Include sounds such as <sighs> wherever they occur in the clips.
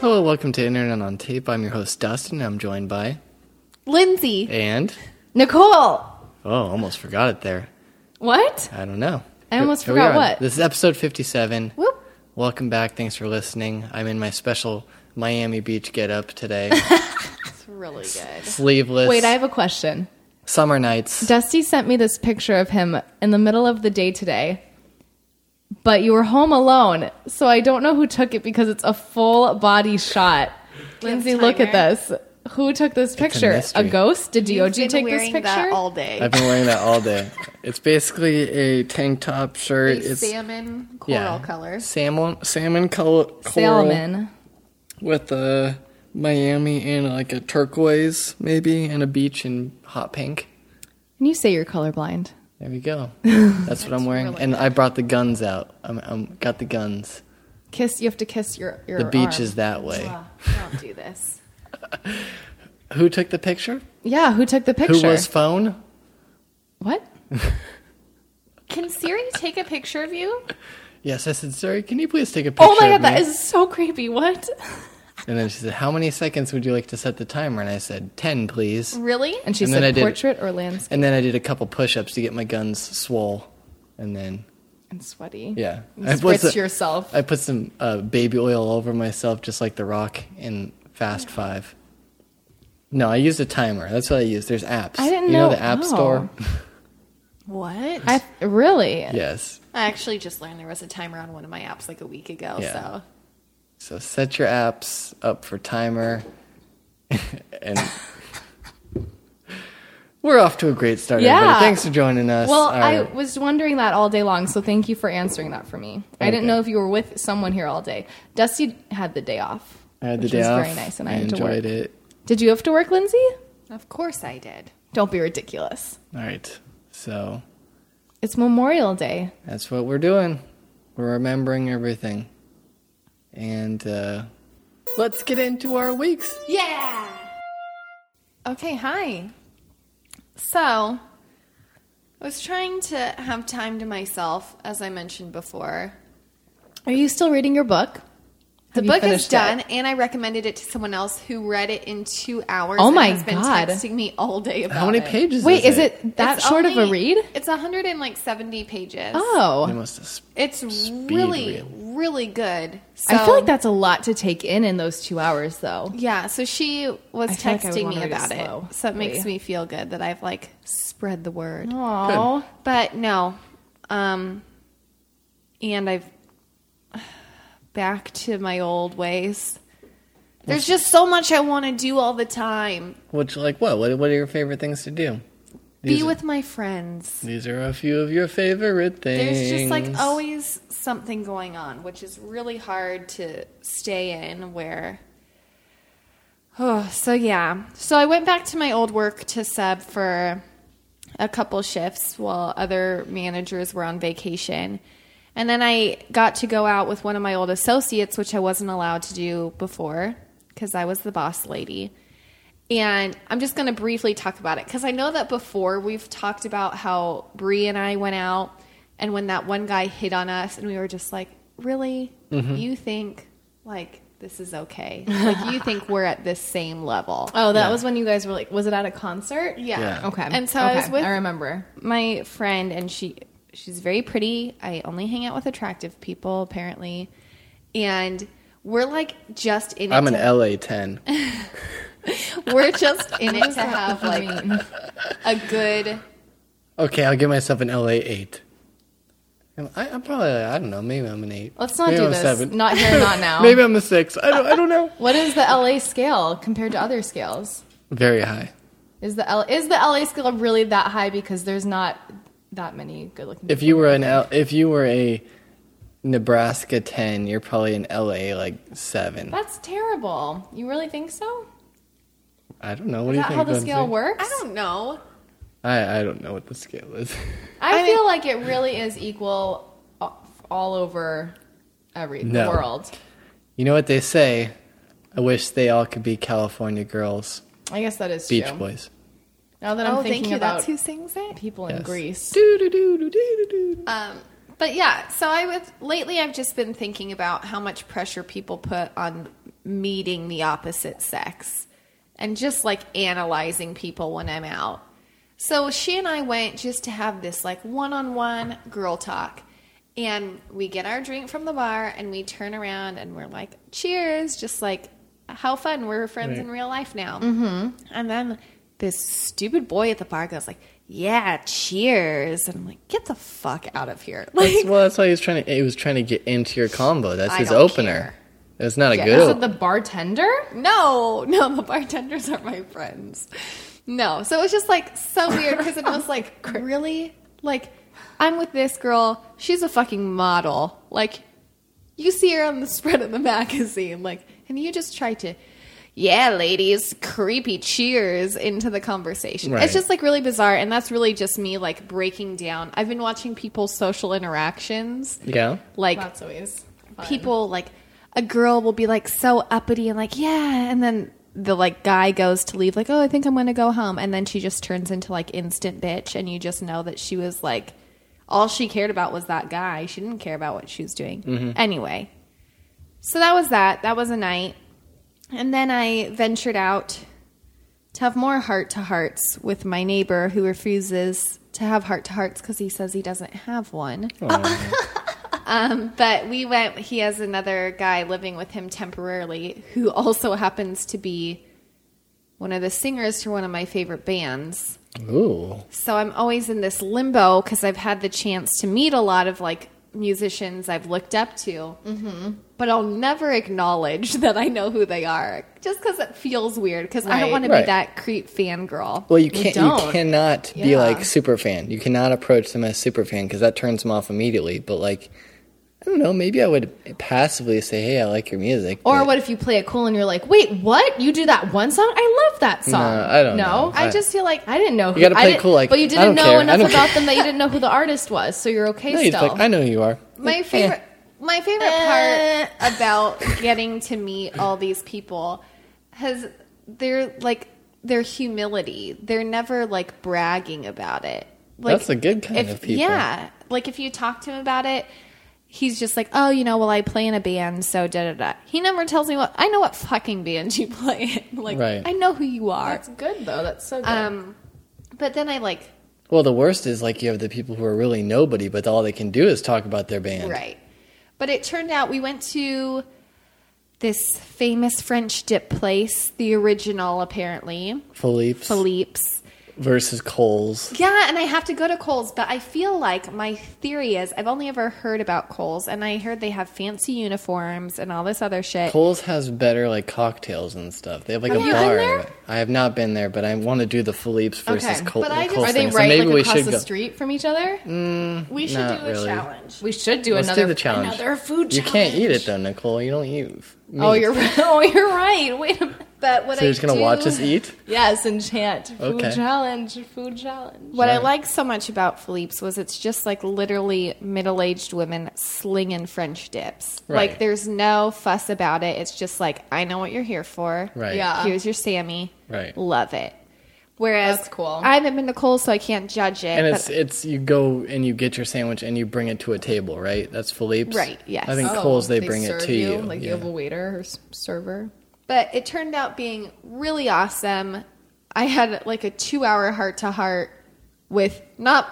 Hello, welcome to Internet on Tape. I'm your host Dustin. and I'm joined by Lindsay. and Nicole. oh, almost forgot it there. What? I don't know. I almost Here we forgot are. what. This is episode 57. Whoop. Welcome back. Thanks for listening. I'm in my special Miami Beach get up today. <laughs> It's really good. Sleeveless. Wait, I have a question. summer nights. Dusty sent me this picture of him in the middle of the day today. But you were home alone, so I don't know who took it because it's a full <laughs> body shot. Lindsay, look at this. Who took this picture? A, mystery. ghost? Did DOG been take this wearing picture? that all day. I've been wearing that all day. It's basically a tank top shirt. A it's salmon coral yeah, color. Salmon salmon col- coral Salmon. with a Miami and like a turquoise maybe and a beach in hot pink. And you say you're colorblind. There we <laughs> go. That's, what I'm wearing, really and I brought the guns out. I'm, I'm got the guns. Kiss. You have to kiss your your. The beach arm. is that way. Oh, Don't do this. Who took the picture? Yeah. Who took the picture? Who was phone? what? Can Siri take a picture of you? Yes, I said, "Sorry, can you please take a picture?" Oh my of god, that me?" is so creepy. What? And then she said, "How many seconds would you like to set the timer?" And I said, 10, please." Mm. Really? And she And then I said did- portrait or landscape And then I did a couple push-ups to get my guns swole, and then and sweaty. yeah, You I put spritz some- yourself. I put some uh, baby oil all over myself, just like The Rock in Fast Five. No, I used a timer. That's what I used. There's apps. I didn't you know, know- the App oh. Store. <laughs> What? I, I really. Yes. actually just learned there was a timer on one of my apps like a week ago. Yeah. So So set your apps up for timer. <laughs> and we're off to a great start. Yeah. everybody. Thanks for joining us. Well, All I right. was wondering that all day long, so thank you for answering that for me. I didn't Okay. know if you were with someone here all day. Dusty had the day off. I had the which day was off. very nice, and I, had to work. enjoyed it. Did you have to work, Lindsay? of course I did. Don't be ridiculous. All right. So It's Memorial Day. that's what we're doing. We're remembering everything. And uh, let's get into our weeks. Yeah. Okay, hi. So, I was trying to have time to myself, as I mentioned before. Are you still reading your book? The Have you book is finished it? done, and I recommended it to someone else who read it in two hours. Oh and my has been God. texting me all day about How many it. pages Wait, is is it? it that It's short of a only- read? It's 100 and like 70 pages. They Oh. must have sp- It's Speed really, read. really good. So, I feel like that's a lot to take in in those two hours, though. Yeah, so she was I feel like I would texting me want to read it about it. slowly. So it makes me feel good that I've like spread the word. Aww. But no. Um and I've back to my old ways. There's just so much I want to do all the time. Which, like, what? what? What are your favorite things to do? Be These- with my friends. These are a few of your favorite things. There's just like always something going on, which is really hard to stay in where. <sighs> Oh, so yeah. So I went back to my old work to sub for a couple shifts while other managers were on vacation. And then I got to go out with one of my old associates, which I wasn't allowed to do before because I was the boss lady. And I'm just going to briefly talk about it because I know that before we've talked about how Bree and I went out and when that one guy hit on us and we were just like, really? You think like this is okay? like you think we're at this same level? Oh, that was when you guys were like, was it at a concert? Yeah. Yeah. Okay. And so I Okay, was with I remember. my friend and she she's very pretty. I only hang out with attractive people apparently. And we're like just in it I'm an to, LA 10. we're just in it to have like a good <laughs> Okay, I'll give myself an LA 8. Am I, I'm probably, I don't know, maybe I'm an 8. Let's not maybe do I'm a this. 7. Not <laughs> here, not now. Maybe I'm a 6. I don't, I don't know. <laughs> What is the LA scale compared to other scales? Very high. Is the L- is the LA scale really that high because there's not that many good looking If you were an L, if you were a Nebraska 10, you're probably an LA like 7. That's terrible. You really think so? I don't know. What do Is you that think? how the Lindsay? scale works? I don't know. I, I don't know what the scale is. <laughs> I, I feel mean- like it really is equal a- all over every the No. world. you know what they say? I wish they all could be California girls, I guess that is Beach true. Boys. Now Oh, that I'm thinking about sings it. people in Yes. Greece. Doo-doo-doo-doo-doo-doo. Um, but yeah, so I was lately I've just been thinking about how much pressure people put on meeting the opposite sex and just like analyzing people when I'm out. So she and I went just to have this like one on one girl talk. And we get our drink from the bar and we turn around and we're like, cheers, just like how fun. We're friends Right. in real life now. Mm-hmm. And then this stupid boy at the bar goes like, yeah, cheers. And I'm like, get the fuck out of here. <laughs> Like, That's, well, that's why he was trying to. He was trying to get into your combo. That's I his don't opener. care. That's not a Yeah. good. Was it op- the bartender? No, no, <laughs> the bartenders are my friends. No, so it was just like so weird because it was like <laughs> really like I'm with this girl. She's a fucking model. Like you see her on the spread of the magazine, like, and you just try to, yeah, ladies, creepy cheers into the conversation. Right. It's just like really bizarre, and that's really just me like breaking down. I've been watching people's social interactions, yeah. like That's always fun. people like a girl will be like so uppity and like yeah and then the like guy goes to leave like oh i think i'm gonna go home and then she just turns into like instant bitch and you just know that she was like all she cared about was that guy she didn't care about what she was doing anyway so that was that that was a night and then i ventured out to have more heart to hearts with my neighbor who refuses to have heart to hearts because he says he doesn't have one Oh. <laughs> Um, but we went. He has another guy living with him temporarily, who also happens to be one of the singers for one of my favorite bands. Ooh. So I'm always in this limbo because I've had the chance to meet a lot of like musicians I've looked up to, Mm-hmm. but I'll never acknowledge <laughs> that I know who they are, just because it feels weird. Because I don't Right. want to Right. be that creep fangirl. Well, you can't. You, don't. cannot be Yeah. like super fan. You cannot approach them as super fan because that turns them off immediately. But like, I don't know. Maybe I would passively say, "Hey, I like your music." Or but- what if you play it cool and you're like, wait, what? You do that one song? I love that song. No, I don't No, know. I, I just feel like I didn't know. Who, You gotta I play didn't- cool, like, but you I didn't don't know care. I enough don't about care. them that you didn't know who the artist was, so you're <laughs> okay No, you'd be still. like, I know who you are. My favorite, my favorite Eh. <laughs> part about getting to meet all these people has their like their humility. They're never like bragging about it. Like, That's a good kind if- of people. Yeah, like if you talk to him about it, he's just like, "Oh, you know, well, I play in a band, so da da da." He never tells me what I know what fucking band you <laughs> play in. Like, Right. I know who you are. That's good though. That's so good. Um, but then I like Well, the worst is like you have the people who are really nobody, but all they can do is talk about their band. Right. But it turned out we went to this famous French dip place, the original apparently, Philippe's Philippe's. versus Cole's. Yeah, and I have to go to Kohl's, but I feel like my theory is I've only ever heard about Kohl's, and I heard they have fancy uniforms and all this other shit. Cole's has better like cocktails and stuff. They have like Have a you been bar. there? of it. I have not been there, but I want to do the Philippe's versus Okay, Cole. but the I just- Cole's Are they thing, so right maybe like we across should the go. street from each other? We should Not do a really. challenge. We should do Let's do another the challenge. another food You challenge. can't eat it though, Nicole. You don't eat. f- Meat. Oh, you're right. <laughs> Oh, you're right. Wait a minute. But what So you're I just gonna do- watch us <laughs> eat? Yes, enchant. Food Okay. challenge. Food challenge. What I Sure. like so much about Philippe's was it's just like literally middle aged women slinging French dips. Right. Like there's no fuss about it. It's just like, I know what you're here for. Right. Yeah. Here's your Sammy. Right. Love it. Whereas That's cool. I haven't been to Cole's, so I can't judge it. And but- it's it's you go and you get your sandwich and you bring it to a table, right? That's Philippe's. Right, yes. I think Oh, Cole's they, bring it serve to you. Like you yeah. have a waiter or s- server. but it turned out being really awesome. I had like a two hour heart to heart with not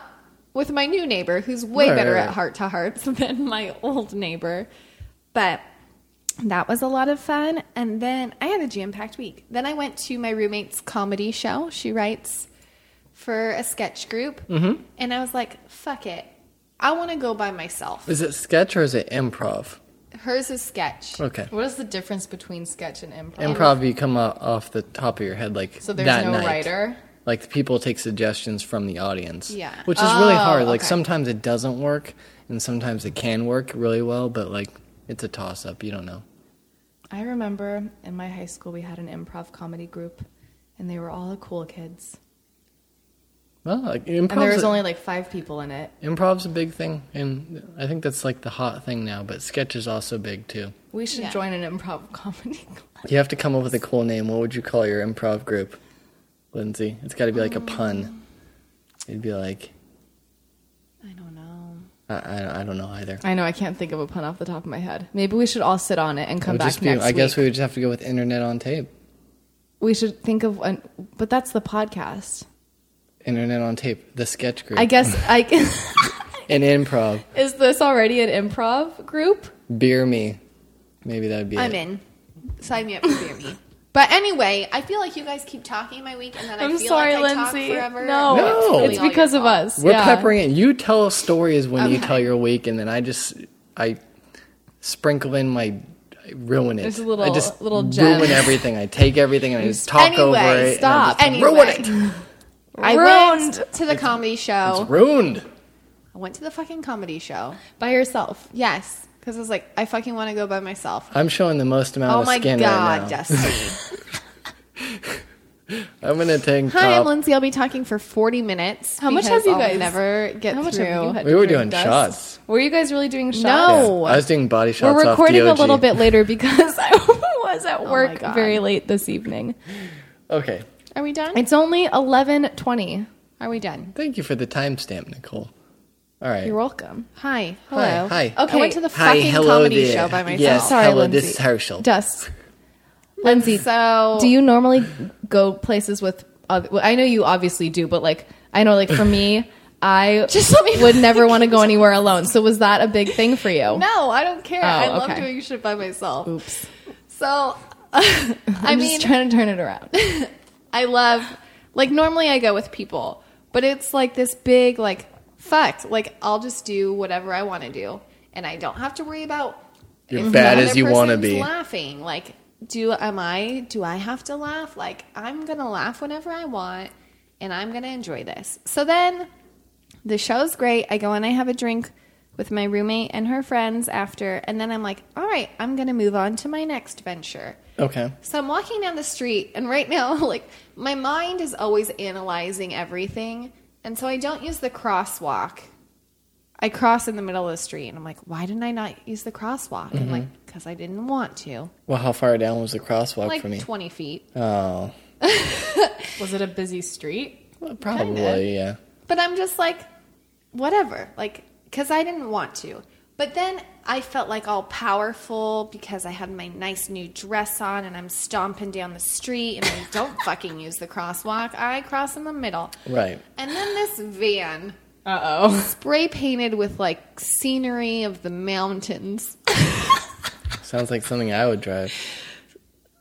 with my new neighbor, who's way Right, better right, at right. heart to hearts <laughs> than my old neighbor. But that was a lot of fun. And then I had a jam packed week. Then I went to my roommate's comedy show. She writes for a sketch group. Mm-hmm. And I was like, fuck it. I want to go by myself. Is it sketch or is it improv? Hers is sketch. Okay. What is the difference between sketch and improv? Improv, you come o- off the top of your head like So there's that no night. writer. Like the people take suggestions from the audience. Yeah. Which is really Oh, hard. Like okay. sometimes it doesn't work, and sometimes it can work really well, but like it's a toss up. You don't know. I remember in my high school we had an improv comedy group, and they were all the cool kids. Well, like And there improv's, was a, only like five people in it. improv's a big thing, and I think that's like the hot thing now. But sketch is also big too. We should Yeah. join an improv <laughs> comedy. club. You have to come up with a cool name. What would you call your improv group, Um, Lindsay? It's got to be like a pun. It'd be like I don't know. I, I, I don't know either. I know I can't think of a pun off the top of my head. Maybe we should all sit on it and It come would back just be- next I guess we week. would just have to go with internet on tape. we should think of an. But that's the podcast. Internet on tape. The sketch group. I guess <laughs> I and improv. is this already an improv group? Beer me. Maybe that'd be I'm it. in. Sign me up for beer me. But anyway, I feel like you guys keep talking my week, and then I I'm feel sorry, like I Lindsay. talk forever. No, and No. really it's all your because of fault. us. We're yeah. peppering in. You tell stories when you Okay. tell your week, and then I just I sprinkle in my I ruin it. There's a little- I just little gem. ruin everything. I take everything and I just talk Anyway, over it. stop. And I just Anyway. Ruin it. I Ruined. went to the comedy It's show. ruined. I went to the fucking comedy show. by yourself. Yes, because I was like, I fucking want to go by myself. I'm showing the most amount oh of my skin right god, now. <laughs> Dusty. I'm gonna take Hi, I'm top. Lindsay. I'll be talking for 40 minutes. How much because have you I'll guys- Never get How much through. have you had? We to were drink, doing Gus? shots. Were you guys really doing shots? Yeah, No. I was doing body shots. We're off recording a DOG. little <laughs> bit later because I <laughs> was at Oh my work God. very late this evening. Okay. Are we done? It's only eleven twenty. Are we done? Thank you for the timestamp, Nicole. All right. You're welcome. Hi. Hello. Hi, hi. Okay. I went to the Hi, fucking hello comedy there. show by myself. Yes, I'm sorry, hello, Lindsay. this is Herschel. <laughs> Dust. Lindsay, So do you normally go places with? oth- well, I know you obviously do, but like I know, like for <laughs> me, I Just let me would never want to go anywhere alone. So was that a big thing for you? No, I don't care. Oh, I love okay. doing shit by myself. Oops. <laughs> So, <laughs> I'm I just mean, trying to turn it around. I love like normally I go with people, but it's like this big like fuck. Like I'll just do whatever I want to do, and I don't have to worry about You're if the bad other as you wanna person's be. Laughing like do am I? Do I have to laugh? Like I'm gonna laugh whenever I want, and I'm gonna enjoy this. So then the show's great. I go and I have a drink with my roommate and her friends after, and then I'm like, all right, I'm gonna move on to my next venture. Okay. So I'm walking down the street, and right now, <laughs> like, my mind is always analyzing everything. And so I don't use the crosswalk. I cross in the middle of the street, and I'm like, why didn't I not use the crosswalk? I'm like, because I didn't want to. Well, how far down was the crosswalk Like Mm-hmm. for me? 20 feet. oh, <laughs> Was it a busy street? well, probably yeah. But I'm just like, whatever. Like, because I didn't want to. But then I felt like all powerful because I had my nice new dress on and I'm stomping down the street and I <laughs> don't fucking use the crosswalk. I cross in the middle. Right. And then this van, Uh oh. spray painted with like scenery of the mountains, Sounds like something I would drive.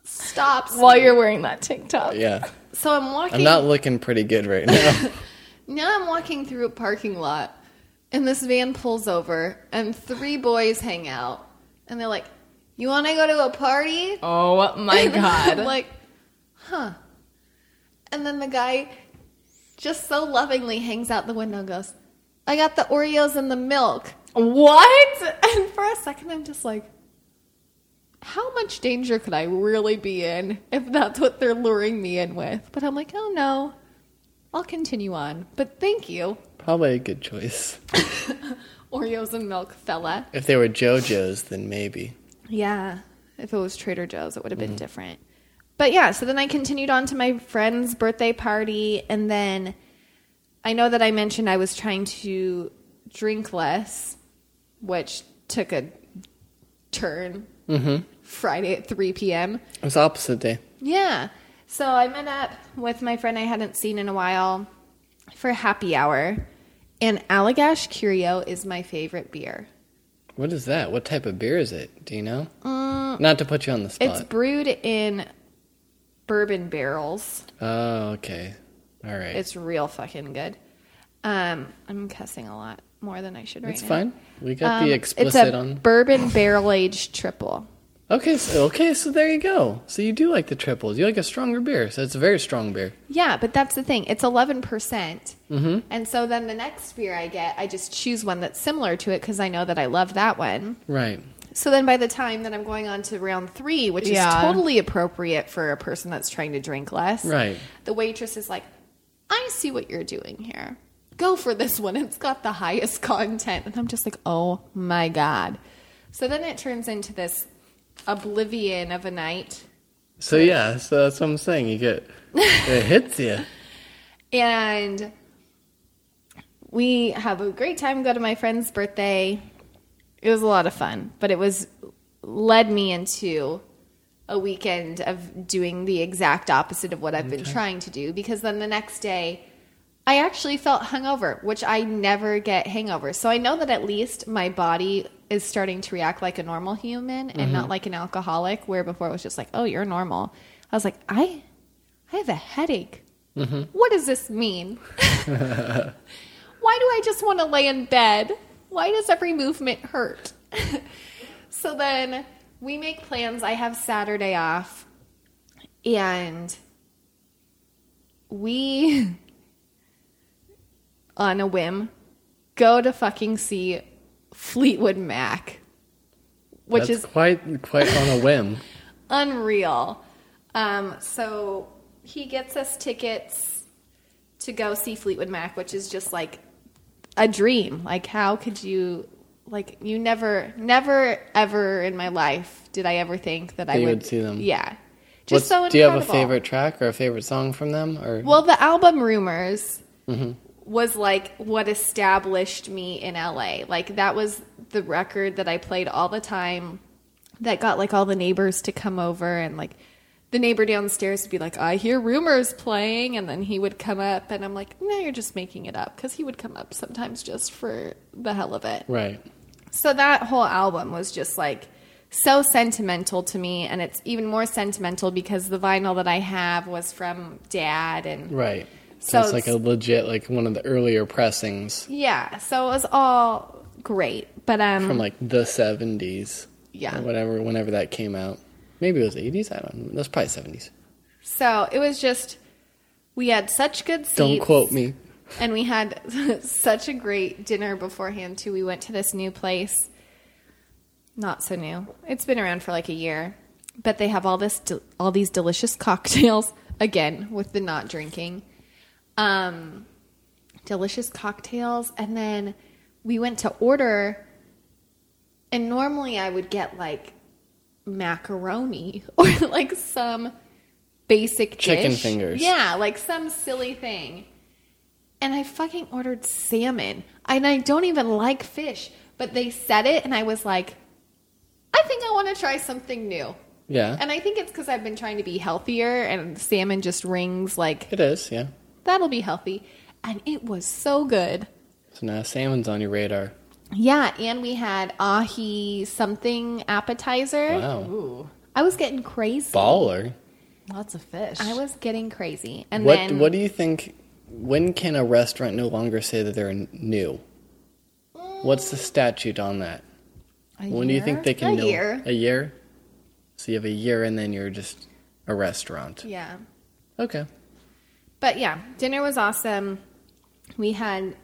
stops. <laughs> While you're wearing that tank <laughs> top. Yeah. so I'm walking. I'm not looking pretty good right now. <laughs> now I'm walking through a parking lot, and this van pulls over, and three boys hang out, and they're like, "You want to go to a party?" <laughs> Oh my <laughs> god. I'm like, huh. And then the guy just so lovingly hangs out the window and goes, "I got the Oreos and the milk." what? <laughs> And for a second, I'm just like, how much danger could I really be in if that's what they're luring me in with? But I'm like, oh no, I'll continue on. But thank you, probably a good choice. Oreos and milk fella. If they were JoJo's, then maybe. Yeah, if it was Trader Joe's, it would have been different. But yeah, so then I continued on to my friend's birthday party, and then I know that I mentioned I was trying to drink less, which took a turn Friday at 3 p.m. It was opposite day. Yeah. So I met up with my friend I hadn't seen in a while for happy hour, and Allagash Curio is my favorite beer. What is that? What type of beer is it? Do you know? Not to put you on the Uh, It's spot. brewed in bourbon barrels. oh, okay. All right. It's, It's real fucking good. Um, I'm cussing a lot more than I should right now. fine. We got Um, the it's explicit a on. bourbon barrel aged triple. Okay, so, okay, so there you go. So you do like the triples. You like a stronger beer. So it's a very strong beer. Yeah, but that's the thing. It's 11%. percent Mm-hmm. And so then the next beer I get, I just choose one that's similar to it because I know that I love that one. Right. So then by the time that I'm going on to round three, which Yeah. is totally appropriate for a person that's trying to drink less, Right. the waitress is like, I see what you're doing here. Go for this one. It's got the highest content. And I'm just like, oh my God. So then it turns into this oblivion of a night. So yeah, so that's what I'm <laughs> saying. You get it hits you. And We have a great time. Go to my friend's birthday. It was a lot of fun, but it was led me into a weekend of doing the exact opposite of what I've been trying to do because then the next day I actually felt hungover, which I never get hangovers. So I know that at least my body is starting to react like a normal human and not like an alcoholic, where before it was just like, oh, you're normal. I was like, I, I have a headache. What does this mean? Why do I just want to lay in bed? Why does every movement hurt? <laughs> so then we make plans. I have Saturday off, and we, <laughs> on a whim, go to fucking see Fleetwood Mac, which That's is quite quite on a whim. unreal. Um, so he gets us tickets to go see Fleetwood Mac, which is just like a dream. Like, how could you? Like, you never, never, ever in my life did I ever think that I That you would, would see them. Yeah, What's- <laughs> just so incredible. do you have a favorite track or a favorite song from them? Or Well, the album Rumors was like what established me in LA. Like that was the record that I played all the time that got like all the neighbors to come over and like the neighbor downstairs would be like, "I hear Rumors playing." And then he would come up and I'm like, "No, you're just making it up." Cuz he would come up sometimes just for the hell of it. right, So that whole album was just like so sentimental to me and it's even more sentimental because the vinyl that I have was from dad and right. So So, it's like a it's- legit like one of the earlier pressings Yeah, so it was all great, but um, from like the seventies. Yeah. whatever. Whenever that came out, maybe it was eighties. I don't. know. It was probably seventies. so it was just we had such good seats. Don't quote me. And we had <laughs> such a great dinner beforehand too. We went to this new place, not so new. It's been around for like a year, but they have all this all these delicious <laughs> cocktails again with the not drinking. Um, delicious cocktails, and then we went to order. And normally I would get like macaroni <laughs> or like some basic Chicken dish. fingers. Yeah, like some silly thing and I fucking ordered salmon. And I don't even like fish, but they said it, and I was like, I think I want to try something new. Yeah, And I think it's because I've been trying to be healthier, and salmon just rings like, it is. Yeah. that'll be healthy. And it was so good. So now salmon's on your radar. Yeah, and we had ahi something appetizer. Wow, Ooh, I was getting crazy. baller. <laughs> lots of fish. I was getting crazy. And what then What do you think? When can a restaurant no longer say that they're n- new? What's the statute on that? A When do you think year? they can? A no- year. A year. So you have a year, and then you're just a restaurant. yeah. Okay. But yeah, dinner was awesome. We had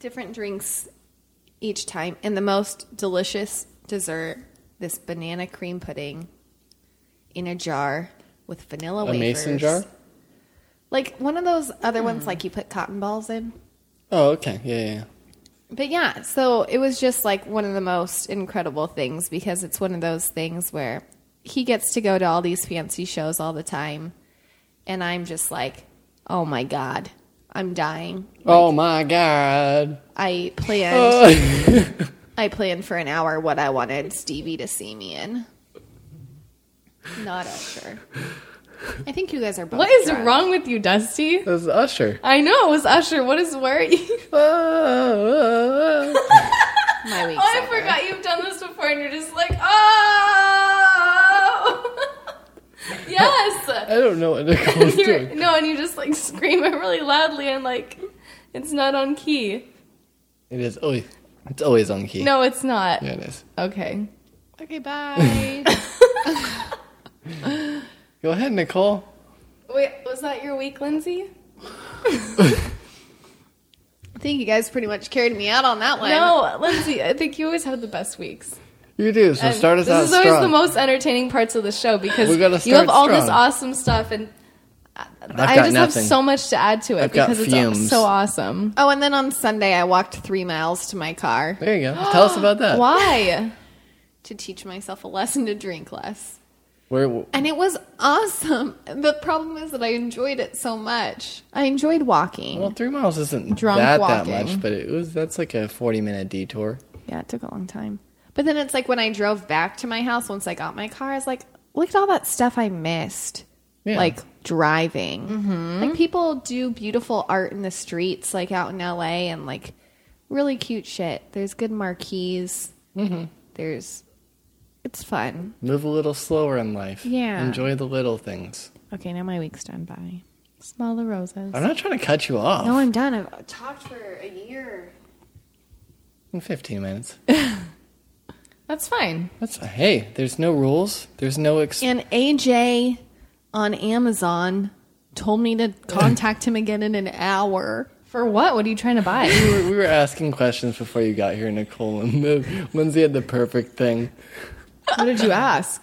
different drinks each time, and the most delicious dessert this banana cream pudding in a jar with vanilla A wafers. mason jar. Like one of those other ones, like you put cotton balls in. Oh, okay. Yeah, yeah, yeah. But yeah, so it was just like one of the most incredible things because it's one of those things where he gets to go to all these fancy shows all the time. And I'm just like, oh my God, I'm dying. oh my <laughs> god. <laughs> I planned. Uh. I planned for an hour what I wanted Stevie to see me in. Not Usher. I think you guys are both. What is drunk. wrong with you, Dusty? That's Usher. <laughs> I know it was Usher. What is where? you? Oh, My week's Oh, I over. forgot you've done this before, and you're just like, <laughs> oh, yes. I don't know what <laughs> Nicole's You're- doing. no, and you just like scream it really loudly, and like, it's not on key. It is always it's always on key. No, it's not. Yeah, it is. <laughs> Okay. Okay, bye. Go ahead, Nicole. Wait, was that your week, Lindsay? I think you guys pretty much carried me out on that one. No, Lindsay. I think you always have the best weeks. You do. So And start us Um, this out is always strong. the most entertaining parts of the show because We gotta you have start all this strong. awesome stuff, and I- I got just nothing. have so much to add to it I've got because it's fumes. so awesome. Oh, and then on Sunday I walked three miles to my car there <gasps> you go. Tell us about that. Why? to teach myself a lesson to drink less. Where And it was awesome. The problem is that I enjoyed it so much. I enjoyed walking. well, three miles isn't Drunk that walking. that much, but it was that's like a forty minute detour. Yeah, it took a long time. But then it's like when I drove back to my house once I got my car, I was like, look at all that stuff I missed. Yeah. Like driving. Mm-hmm. Like people do beautiful art in the streets, like out in LA, and like really cute shit. There's good marquees. Mm-hmm. There's, it's fun. Move a little slower in life. Yeah. Enjoy the little things. Okay, now my week's done. Bye. Smell the roses. I'm not trying to cut you off. No, I'm done. I've talked for a year. In fifteen minutes. That's fine. That's hey. There's no rules. There's no ex- And AJ on Amazon told me to contact him again in an hour. For what? What are you trying to buy? we, were, we were asking questions before you got here, Nicole, and the, Lindsay had the perfect thing. <laughs> what did you ask?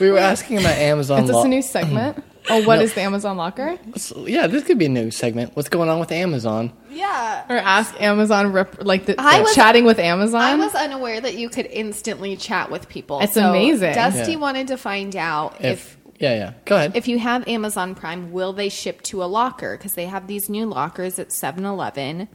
We were asking about Amazon. Is this lo- a <clears throat> new segment? Oh, what is the Amazon locker? So, yeah, this could be a new segment. What's going on with Amazon? <laughs> Yeah. Or ask Amazon, rep- like the, I the was- chatting with Amazon? I was unaware that you could instantly chat with people. It's amazing. Dusty Yeah. wanted to find out if, If, yeah, yeah, go ahead. if you have Amazon Prime, will they ship to a locker? Because they have these new lockers at 7 Eleven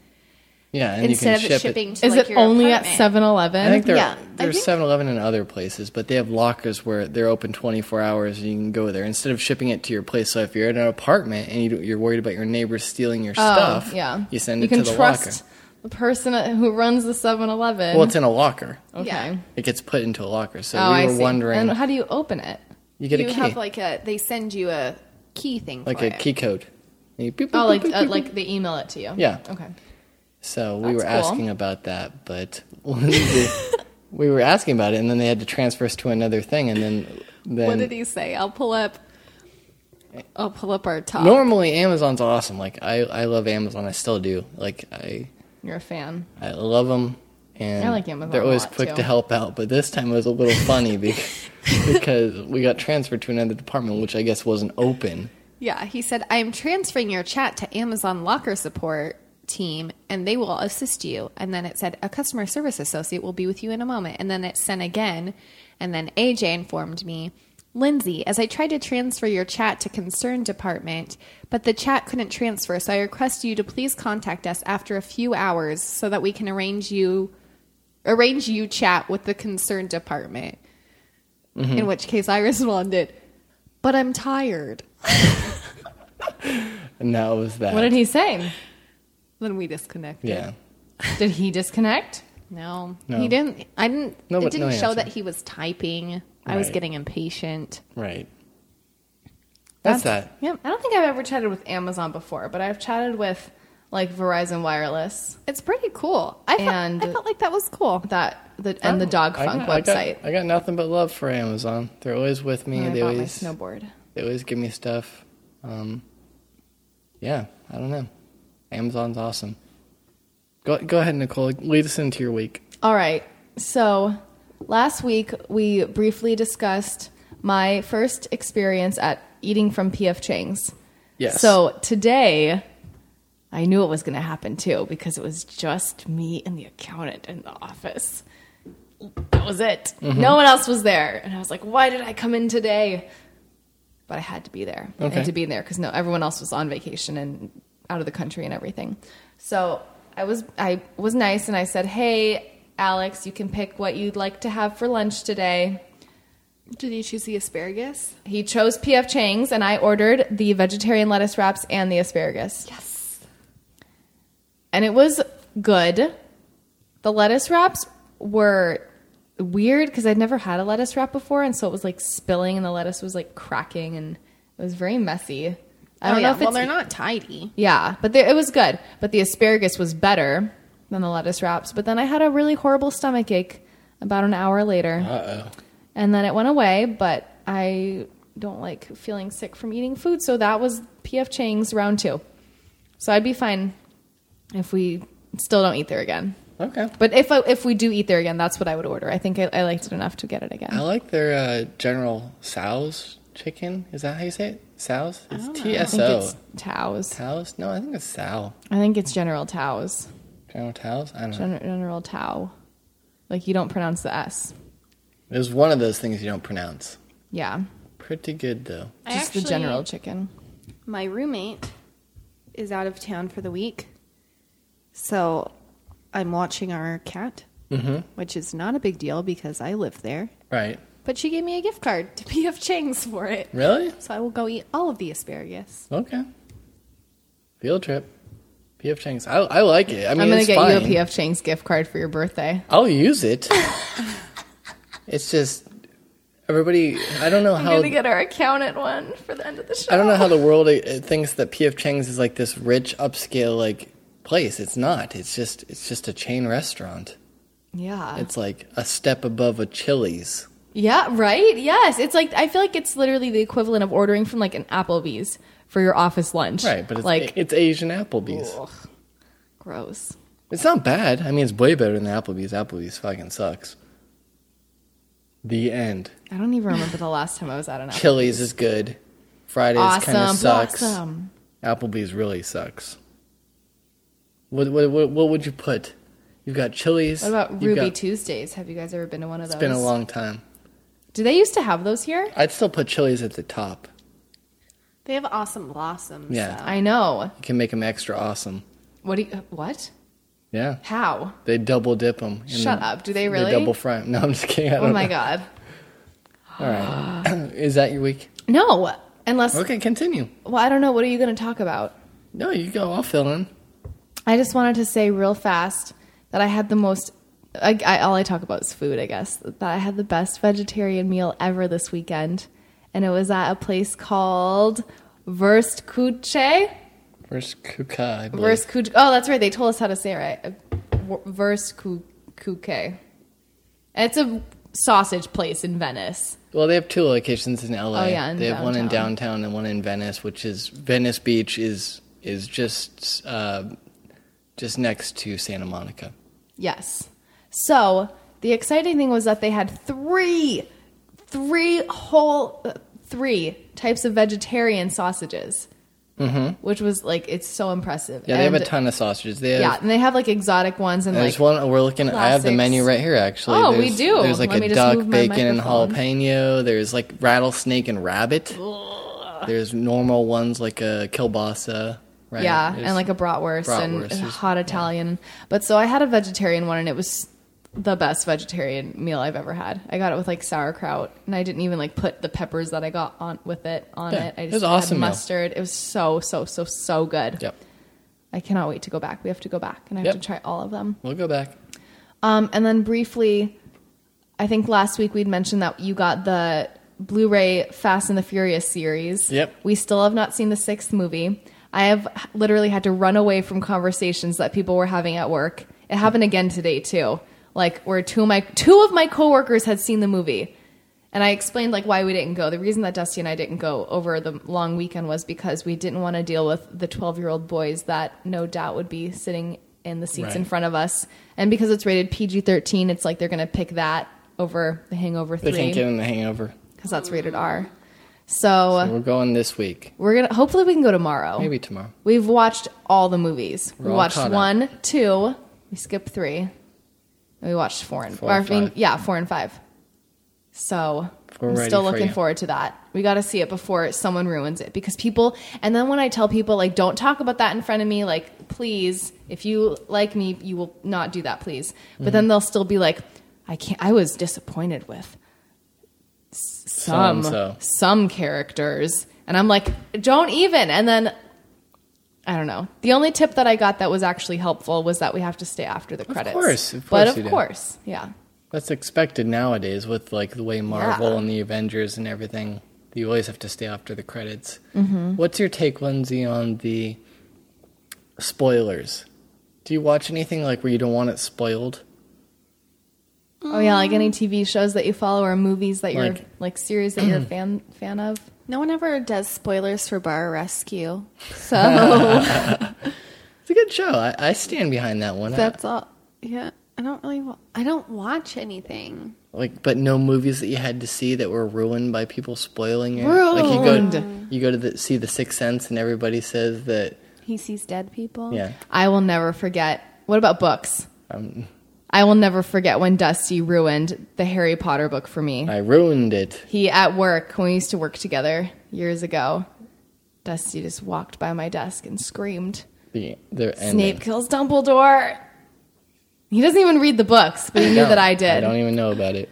yeah, and instead you of can it ship shipping to Is like, it your only at apartment. 7 I think Eleven? there, Yeah, I there's think- 7-Eleven and other places, but they have lockers where they're open 24 hours and you can go there instead of shipping it to your place. So if you're in an apartment and you, don't- you're worried about your neighbors stealing your stuff, Oh, Yeah. you send you it can to the locker. trust the person who runs the 7 Eleven. Well, it's in a locker. okay. Yeah. It gets put into a locker. So Oh, we I were see. wondering, And how do you open it? you get you a key, have like, like a, they send you a key thing. for a it. key code. And you beep, Oh, boop, like boop, boop, uh, boop, boop. like they email it to you. Yeah. Okay. So we That's were cool. asking about that, but <laughs> Lindsay, we were asking about it, and then they had to transfer us to another thing, and then then What did he say? I'll pull up. I'll pull up our top. normally Amazon's awesome. Like I, I love Amazon. I still do. Like I, You're a fan. I love them, and I like Amazon They're a always lot, quick too. to help out. But this time it was a <laughs> little funny because because we got transferred to another department, which I guess wasn't open. Yeah, he said, I am transferring your chat to Amazon Locker Support team and they will assist you. And then it said, a customer service associate will be with you in a moment. And then it sent again. And then AJ informed me, Lindsay, as I tried to transfer your chat to concern department, but the chat couldn't transfer, so I request you to please contact us after a few hours so that we can arrange you arrange you chat with the concerned department. In which case I <laughs> responded, but I'm tired. And that was that. What did he say? Then we disconnected. Yeah. Did he disconnect? No, No. he didn't. I didn't. No, it but didn't no show answer. that he was typing. I was Right. getting impatient. Right. That's, that. Yep. I don't think I've ever chatted with Amazon before, but I've chatted with like Verizon Wireless It's pretty cool. I felt, And- I felt like that was cool. that the and the Dog Oh, I Funk got- I got- website. I got nothing but love for Amazon. They're always with me. And I they bought my always snowboard. they always give me stuff. Um, yeah, I don't know. Amazon's awesome. Go go ahead, Nicole. Lead us into your week. All right. So last week we briefly discussed my first experience at eating from PF Chang's. Yes. So today I knew it was going to happen too because it was just me and the accountant in the office. That was it. Mm-hmm. No one else was there. And I was like, why did I come in today? But I had to be there. I Okay. had to be there because no, everyone else was on vacation and out of the country and everything. So I was I was nice and I said, hey, Alex, you can pick what you'd like to have for lunch today. Did he choose the asparagus? He chose PF Chang's and I ordered the vegetarian lettuce wraps and the asparagus. Yes. and it was good. The lettuce wraps were weird because I'd never had a lettuce wrap before, and so it was like spilling, and the lettuce was like cracking, and it was very messy. I don't know if Oh, well, it's they're not tidy. yeah, but the, it was good. But the asparagus was better than the lettuce wraps. But then I had a really horrible stomach ache about an hour later, Uh oh. and then it went away. But I don't like feeling sick from eating food, so that was PF Chang's round two. So I'd be fine if we still don't eat there again. Okay. But if I, if we do eat there again, that's what I would order. I think I, I liked it enough to get it again. I like their uh, General Sow's chicken. Is that how you say it? Sow's? It's T I S think O. it's Tao's. Taos? No, I think it's Sow. I think it's General Tao's. General Taos? I don't know. Gen- General Tao. Like you don't pronounce the S. It was one of those things you don't pronounce. Yeah. Pretty good though. I Just the actually- general chicken. My roommate is out of town for the week, so I'm watching our cat, Mhm. which is not a big deal because I live there. Right. But she gave me a gift card to <laughs> PF Chang's for it, Really? so I will go eat all of the asparagus. Okay. Field trip. PF Chang's. I, I like it. I I mean, am gonna it's get fine. you a PF Chang's gift card for your birthday. I'll use <laughs> it. it's just everybody. I don't know I'm how. gonna get our accountant one for the end of the show. I don't know how the world uh, uh, thinks that PF Chang's is like this rich upscale like place. It's not. It's just it's just a chain restaurant. <laughs> Yeah. It's like a step above a Chili's. yeah. Right. Yes. It's like I feel like it's literally the equivalent of ordering from like an Applebee's for your office lunch. Right, but it's like it's Asian Applebee's. ugh, gross. It's not bad. I mean, it's way better than Applebee's. Applebee's fucking sucks. The end. I don't even remember the last time I was at an Applebee's. Chili's is good. Fridays Awesome. kind of sucks. Awesome. Applebee's really sucks. What, what what what would you put? You've got Chili's. What about you've Ruby got- Tuesdays? Have you guys ever been to one of those? It's been a long time. Do they used to have those here? I'd still put Chili's at the top. They have awesome blossoms. Yeah. though. I know. You can make them extra awesome. What do you? What? Yeah, How? they double dip them. Shut up. Do they really? double fry 'em. <laughs> No, I'm just kidding. I Oh don't my know. god. All right, is that your week? No. Unless. Okay, continue. Well, I don't know. What are you going to talk about? No, you go. I'll fill in. I just wanted to say real fast that I had the most. I, I, all I talk about is food, I guess. That I had the best vegetarian meal ever this weekend, and it was at a place called Verstkuche. First kuka, I believe. Verstkuche. Oh, that's right. They told us how to say it right. Verstkuche. It's a sausage place in Venice. Well, they have two locations in LA. Oh, yeah, in they have one in downtown. downtown and one in Venice, which is Venice Beach is is just uh, just next to Santa Monica. Yes. So the exciting thing was that they had three, three whole, uh, three types of vegetarian sausages, mm-hmm. which was like it's so impressive. Yeah, they have And- a ton of sausages. They have, Yeah, and they have like exotic ones and There's like one we're looking. at I have the menu classics. right here. Actually, Oh, we there's, do. There's like Let a me just duck move my bacon and microphone. jalapeno. There's like rattlesnake and rabbit. There's normal ones like a kielbasa. Right? yeah, There's- and like a bratwurst, bratwurst. and There's- hot Italian. But so I had a vegetarian one, and it was the best vegetarian meal I've ever had. I got it with like sauerkraut, and I didn't even like put the peppers that I got on with it on Yeah, it. I it just was awesome had meal. mustard. It was so so so so good. Yep, I cannot wait to go back. We have to go back, and I Yep. have to try all of them. we'll go back. Um, and then briefly, I think last week we'd mentioned that you got the Blu-ray Fast and the Furious series. Yep. We still have not seen the sixth movie. I have h- literally had to run away from conversations that people were having at work. It happened again today too. Like where two of my two of my coworkers had seen the movie. And I explained like why we didn't go. The reason that Dusty and I didn't go over the long weekend was because we didn't want to deal with the 12-year-old boys that no doubt would be sitting in the seats in Right. front of us. And because it's rated PG-13, it's like they're going to pick that over The Hangover They can't get 3 in the hangover. because that's rated R. So So we're going this week, we're going to hopefully we can go tomorrow. maybe tomorrow. We've watched all the movies. We're we all watched caught up. one, two. We skipped three. And we watched four and Four or, and I mean, five. yeah, four and five. So We're I'm ready still for looking you. forward to that. We got to see it before someone ruins it because people. And then when I tell people like, don't talk about that in front of me, like, please, if you like me, you will not do that, please. But Mm-hmm. then they'll still be like, I can't. I was disappointed with some So-and-so. some characters and i'm like don't even and then i don't know the only tip that i got that was actually helpful was that we have to stay after the credits course, of but course of you do. course yeah That's expected nowadays with like the way Marvel Yeah. and the Avengers and everything. You always have to stay after the credits. Mm-hmm. What's your take, Lindsay, on the spoilers? Do you watch anything like where you don't want it spoiled? oh yeah like any tv shows that you follow or movies that you're Like- like <clears throat> series that you're a fan fan of No one ever does spoilers for Bar Rescue, <laughs> so It's a good show. I, I stand behind that one. I- <laughs> that's all. Yeah, I don't really. Wa- I don't watch anything. like, but no movies that you had to see that were ruined by people spoiling it. Like you go, Ruined. you go to the, see the Sixth Sense, and everybody says that. He sees dead people. Yeah, i will never forget what about books um, I will never forget when Dusty ruined the Harry Potter book for me. I ruined it. He at work when we used to work together years ago. Dusty just walked by my desk and screamed, The, the "Snape ending. kills Dumbledore." He doesn't even read the books, but he knew No, that I I did. don't even know about it.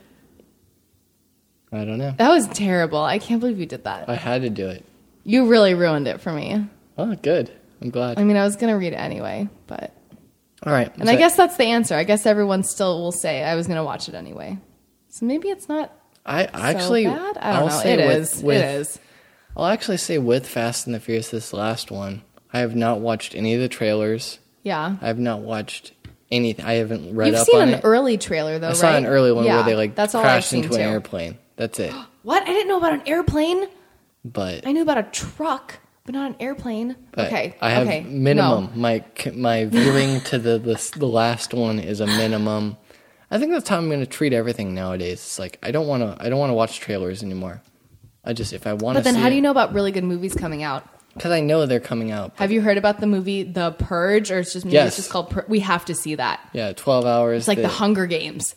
I don't know. that was terrible. I can't believe you did that. I had to do it. You really ruined it for me. Oh, good. I'm glad. I mean, I was gonna read it anyway, but All right. and I guess that's the answer. I guess everyone still will say I was gonna watch it anyway. So maybe it's not I actually, so bad. I don't will know. say It with- is. with- it is. I'll actually say with Fast and the Furious, this last one, I have not watched any of the trailers. Yeah. I have not watched anything. I haven't read You've up seen on an it. early trailer though, I saw right? an early one Yeah, where they like that's all I've crashed seen, into an too. airplane. That's <gasps> it. What? I didn't know about an airplane. But, I knew about a truck, but not an airplane. but okay. I have okay. minimum. No. My c- my viewing to the, the the last one is a minimum. I think that's how I'm going to treat everything nowadays. It's like I don't want to I don't want to watch trailers anymore. I just if I want to But then how do you know about really good movies coming out? Cuz I know they're coming out. Have you heard about the movie The Purge or it's just maybe Yes. it's just called Pur- We have to see that. Yeah, 12 hours. It's like that- the Hunger Games,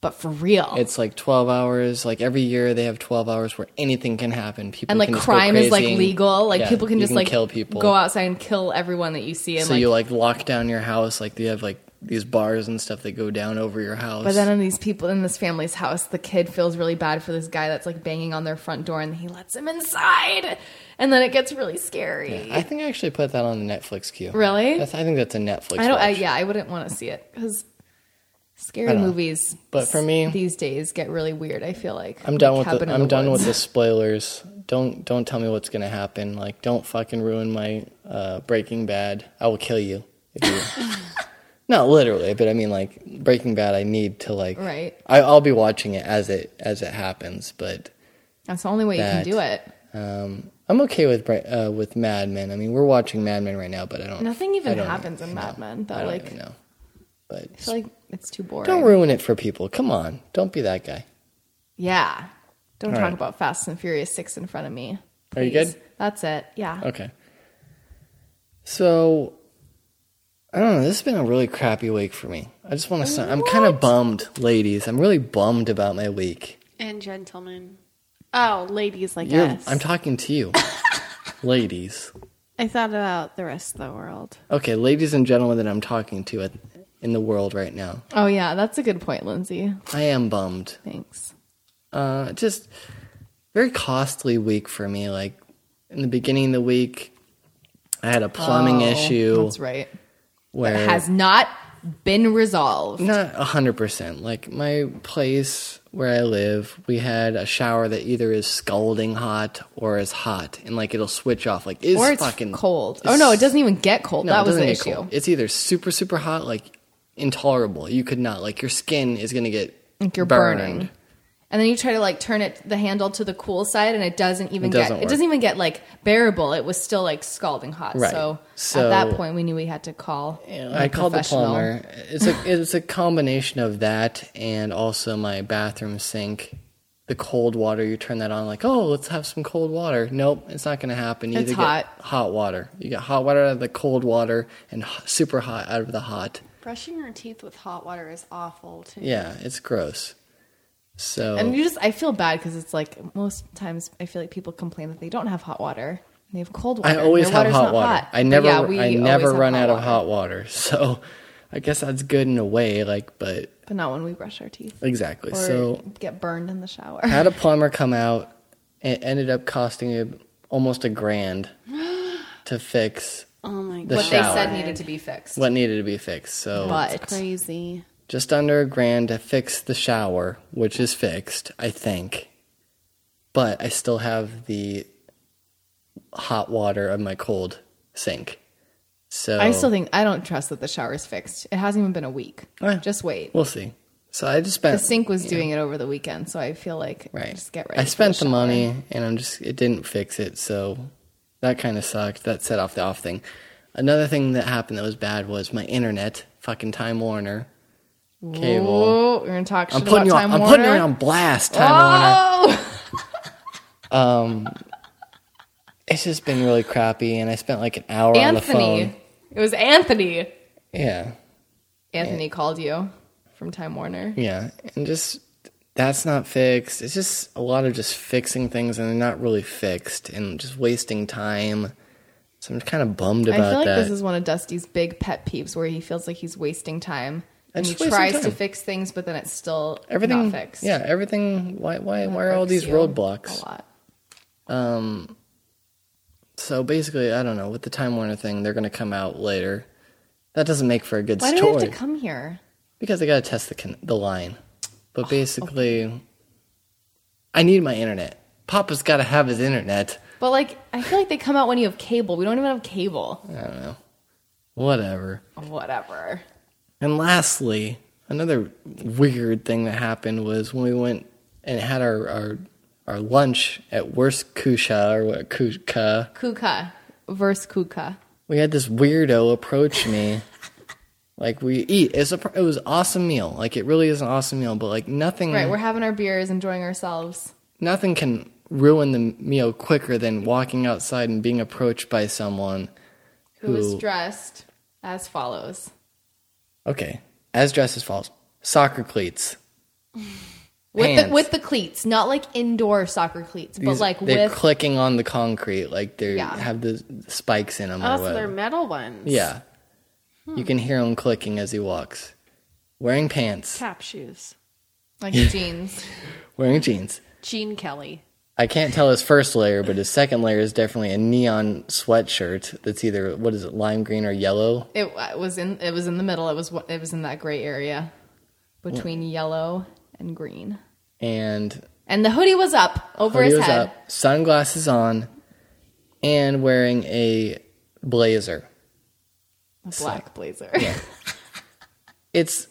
but for real. It's like 12 hours. Like every year they have 12 hours where anything can happen. People and like can just go crime is like crazy. legal. Like Yeah, people can you just like kill people. go outside and kill everyone that you see. And So like, you like lock down your house. Like they have like these bars and stuff that go down over your house. but then in these people in this family's house, the kid feels really bad for this guy that's like banging on their front door, and he lets him inside, and then it gets really scary. I think I actually put that on the Netflix queue. Really? That's, I think that's a Netflix. I don't. I, watch. yeah, I wouldn't want to see it because I scary don't know. movies. But for me- these days get really weird. I feel like I'm done Like with Cabin the, in I'm done Woods. with the spoilers. Don't don't tell me what's gonna happen. Like don't fucking ruin my uh, Breaking Bad. I will kill you. If you <laughs> not literally, but I mean like Breaking Bad. I need to like Right. I, I'll be watching it as it as it happens, but That's the only way that. you can do it. um, I'm okay with Bra- uh, with Mad Men. I mean we're watching Mad Men right now, but I don't. Nothing I even don't- happens in Mad Men I though. don't Like, even I know. But feel like it's too boring. don't ruin it for people. Come on, don't be that guy. Yeah. Don't All talk right. about Fast and Furious 6 in front of me. Are you please. good? That's it. Yeah. Okay. So I don't know. This has been a really crappy week for me. I just want to. Sound, I'm kind of bummed, ladies. I'm really bummed about my week. And gentlemen. Oh, ladies like You're- us. I'm talking to <laughs> you, ladies. I thought about the rest of the world. Okay, ladies and gentlemen that I'm talking to at, in the world right now. Oh, yeah. That's a good point, Lindsay. I am bummed. Thanks. Uh, just very costly week for me. Like in the beginning of the week, I had a plumbing Oh, issue That's right. where Has not been resolved. Not a hundred percent. Like my place where I live, we had a shower that either is scalding hot or is hot, and like it'll switch off. Like it's, or it's fucking cold. Oh, no. It doesn't even get cold. No, that it was doesn't the get issue. cold. It's either super super hot, like intolerable. You could not like your skin is gonna get Like you're burned. burning. And then you try to like turn it the handle to the cool side, and it doesn't even It doesn't get work. it doesn't even get like bearable. It was still like scalding hot. Right. So, So- at that point, we knew we had to call. I a called the professional. plumber. It's a it's a combination of that and also my bathroom sink. The cold water, you turn that on, like, oh, let's have some cold water. Nope, it's not going to happen. You It's either hot. Get hot water. You get hot water out of the cold water and h- super hot out of the hot. Brushing your teeth with hot water is awful, too. Yeah, it's gross. So And you just, I feel bad because it's like most times I feel like people complain that they don't have hot water. They have cold water. I always Their have water's hot not water. I But never, yeah, we I always never have run out of water, hot water. <laughs> So I guess that's good in a way. Like, but But not when we brush our teeth exactly. or so get burned in the shower. had a plumber come out. It ended up costing a, almost a grand to fix Oh my The what god. sh- they shower. said needed to be fixed. what needed to be fixed. So but Crazy. just under a grand to fix the shower, which is fixed, I think. But I still have the hot water of my cold sink. So I still think, I don't trust that the shower's fixed. It hasn't even been a week. Eh. Just wait. we'll see. So I just the spent sink was doing it over the weekend, so I feel like right. just get ready. I for spent the, shower. money and I'm just it didn't fix it, so that kind of sucked. That set off the off thing. Another thing that happened that was bad was my internet, fucking Time Warner cable. Whoa, Oh, we're gonna talk shit I'm putting you about on, Time I'm Warner. putting you on blast, Time Warner. Oh, It's just been really crappy, and I spent like an hour on the Anthony! phone. It was Anthony. Yeah, Anthony called you from Time Warner. Yeah, and just that's not fixed. It's just a lot of just fixing things and they're not really fixed and just wasting time. So I'm kind of bummed about I feel like that. this is one of Dusty's big pet peeves where he feels like he's wasting time and It's he wasting tries to time. fix things, but then it's still everything not fixed. Yeah, everything. Why? Why? That Why are all irks these you roadblocks? A lot. Um. So basically, I don't know. With the Time Warner thing, they're going to come out later. That doesn't make for a good Why do story they have to come here? because they got to test the con- the line. Oh, But basically, I need my internet. Papa's got to have his internet. But like, I feel like they come out when you have cable. We don't even have cable. I don't know. Whatever. Whatever. And lastly, another weird thing that happened was when we went and had our our, our lunch at Worst Kusha or what Kuka. Kuka versus Kuka. We had this weirdo approach <laughs> me. like we eat. It's a pr- it was awesome meal. Like it really is an awesome meal, but like nothing Right, we're having our beers, enjoying ourselves. nothing can ruin the meal quicker than walking outside and being approached by someone Who is Who- dressed as follows? Okay. As dressed as false. Soccer cleats. With the, Pants. with the cleats, not like indoor soccer cleats, but These- like they're with clicking on the concrete, like they Yeah. have the spikes in them. Oh, or so whatever. they're metal ones. Yeah. Hmm. You can hear him clicking as he walks. Wearing pants, Tap shoes. <laughs> like jeans. wearing jeans. Gene Kelly. I can't tell his first layer, but his second layer is definitely a neon sweatshirt that's either what is it, lime green or yellow. It wa- was in it was in the middle. It was wa- it was in that gray area between yellow and green. And And the hoodie was up over hoodie his was head. up, sunglasses on, and wearing a blazer. A black blazer. It's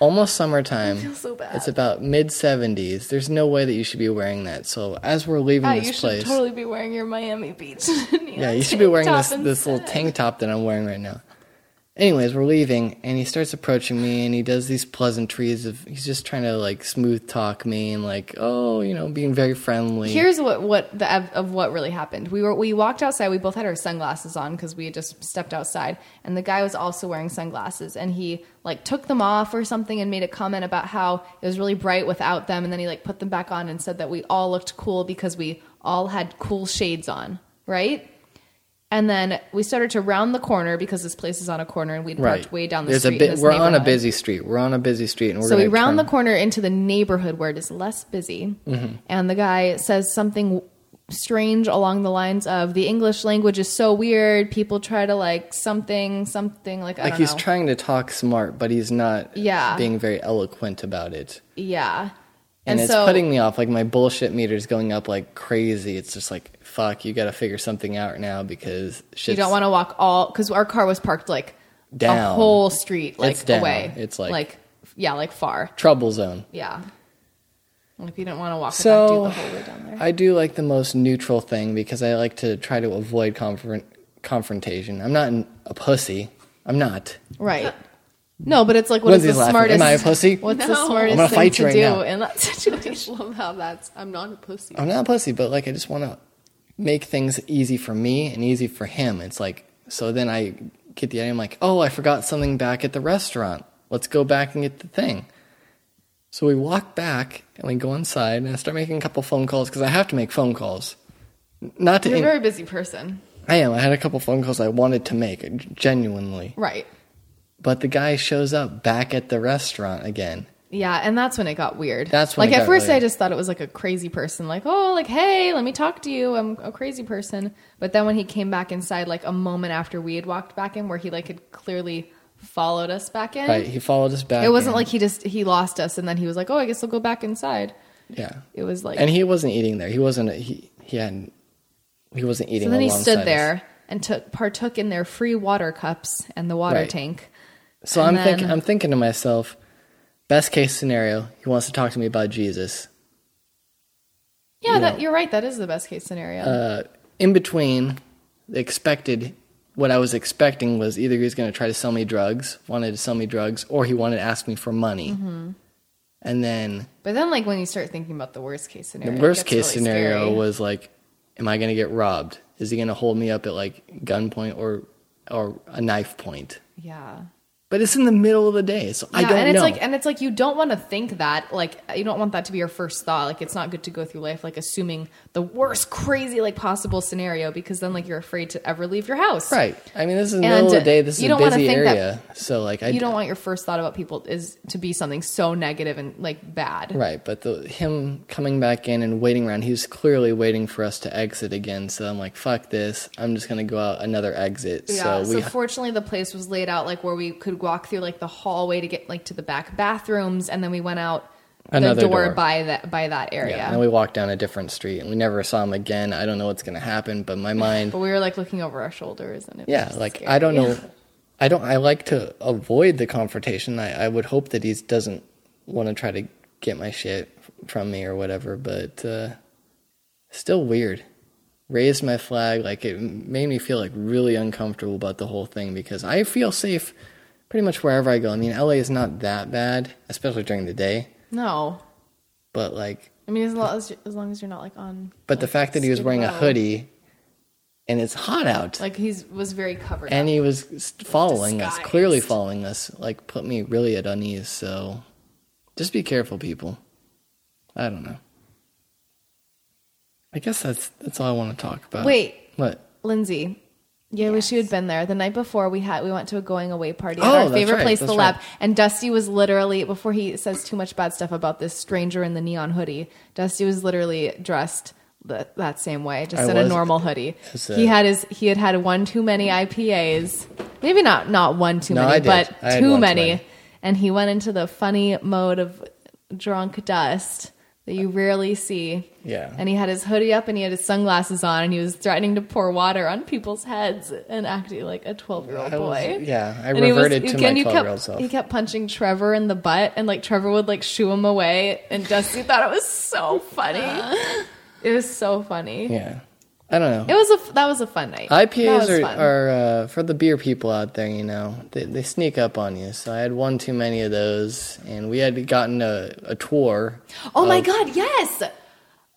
almost summertime. I feel so bad. It's about mid seventies. There's no way that you should be wearing that. So as we're leaving Ah, this <laughs> you should place, totally be wearing your Miami Beach. <laughs> Yeah, you should be wearing this this little tank top that I'm wearing right now. Anyways, we're leaving, and he starts approaching me, and he does these pleasantries of he's just trying to like smooth talk me and like oh you know being very friendly. Here's what what the of, of what really happened. We were we walked outside. We both had our sunglasses on because we had just stepped outside, and the guy was also wearing sunglasses. And he like took them off or something and made a comment about how it was really bright without them. And then he like put them back on and said that we all looked cool because we all had cool shades on, right? And then we started to round the corner because this place is on a corner, and we'd parked way down the There's street. A bit, in this we're on a neighborhood. busy street. We're on a busy street, and we're So we gonna round the turn- corner into the neighborhood where it is less busy, Mm-hmm. and the guy says something strange along the lines of the English language is so weird. People try to like something, something like I like don't he's know. trying to talk smart, but he's not Yeah. being very eloquent about it. yeah, And, and, it's so putting me off. Like my bullshit meter's going up like crazy. It's just like fuck, you got to figure something out now because shit's you don't want to walk all because our car was parked like a Down. whole street like It's down. away. It's, like- yeah, like far. trouble zone. Yeah, like you didn't want to walk So- with that dude the whole way down there. I do like the most neutral thing because I like to try to avoid confront confrontation. I'm not an- a pussy. I'm not. Right. No, but it's like what is Lindsay's the laughing. smartest? Am I a pussy? <laughs> What's the No. smartest I'm gonna thing fight to you right do now. in that <laughs> situation? Love how that's. I'm not a pussy. I'm not a pussy, but like I just want to make things easy for me and easy for him. It's like so then I get the idea. I'm like, oh, I forgot something back at the restaurant. Let's go back and get the thing. So we walk back and we go inside and I start making a couple phone calls because I have to make phone calls. N- Not to, You're a in- very busy person, I am. I had a couple phone calls I wanted to make g- genuinely. right? But the guy shows up back at the restaurant again. Yeah, and that's when it got weird. That's when like it got at first I weird. just thought it was like a crazy person, like oh, like hey, let me talk to you. I'm a crazy person. But then when he came back inside, like a moment after we had walked back in, where he like had clearly followed us back in. Right, he followed us back. It wasn't in. like he just he lost us and then he was like, oh, I guess I'll go back inside. yeah, It was like and he wasn't eating there. He wasn't. He he hadn't. He wasn't eating. So then he alongside stood us. there and took partook in their free water cups and the water Right. tank. So and I'm thinking. then- I'm thinking to myself, best case scenario, he wants to talk to me about Jesus. Yeah, that, you're right. That is the best case scenario. Uh, in between, the expected. What I was expecting was either he was going to try to sell me drugs, wanted to sell me drugs, or he wanted to ask me for money. Mm-hmm. And then but then, like when you start thinking about the worst case scenario, The it worst gets case really scenario scary. was like, am I going to get robbed? Is he going to hold me up at like gunpoint or or a knife point? yeah, But it's in the middle of the day, so I Yeah, don't and it's know. like and it's like you don't want to think that like you don't want that to be your first thought like it's not good to go through life like assuming the worst crazy like possible scenario because then like you're afraid to ever leave your house right. I mean, this is the And, middle of the uh, day. This is you a don't wanna busy think that- area, so like I you don't want your first thought about people is to be something so negative and like bad Right, but the, him coming back in and waiting around, he was clearly waiting for us to exit again. So I'm like, fuck this. I'm just gonna go out another exit. Yeah. so So, we fortunately, the place was laid out like where we could walk through like the hallway to get like to the back bathrooms, and then we went out Another the door, door. by that by that area. yeah. And we walked down a different street, and we never saw him again. I don't know what's gonna happen, but my mind, but we were like looking over our shoulders, and it was yeah, just like scary. I don't know. I don't. I like to avoid the confrontation. I, I would hope that he doesn't want to try to get my shit f- from me or whatever. But uh, still weird. Raised my flag. Like it made me feel like really uncomfortable about the whole thing because I feel safe pretty much wherever I go. I mean, LA is not that bad, especially during the day. No, But like I mean as long as, as long as you're not like on. But the like, fact that he was Skid wearing a Row. hoodie and it's hot out like he's was very covered. and up. he was s- following us, Disguised. clearly following us, like put me really at unease. So just be careful, people. I don't know. I guess that's that's all I want to talk about. Wait. What? Lindsay. Yeah, I wish you had been there. The night before we had we went to a going away party Oh, at our that's favorite right, place, the that's lab. right. And Dusty was literally before he says too much bad stuff about this stranger in the neon hoodie. Dusty was literally dressed th- that same way, just I in a was- normal hoodie. was, uh, He had his he had had one too many IPAs, maybe not not one too No, I many, did. but I had too one too many. many. And he went into the funny mode of drunk dust that you rarely see. Yeah. And he had his hoodie up and he had his sunglasses on and he was threatening to pour water on people's heads and acting like a 12 year old I was- boy. yeah, I And he was- reverted to my again, you kept- 12-year-old self. He kept punching Trevor in the butt and like Trevor would like shoo him away and Dusty <laughs> thought it was so funny. It was so funny. Yeah. I don't know. It was a f- that was a fun night. That IPAs was are, fun. are uh, for the beer people out there, you know, they, they sneak up on you. So I had one too many of those, and we had gotten a, a tour. Oh my god, yes.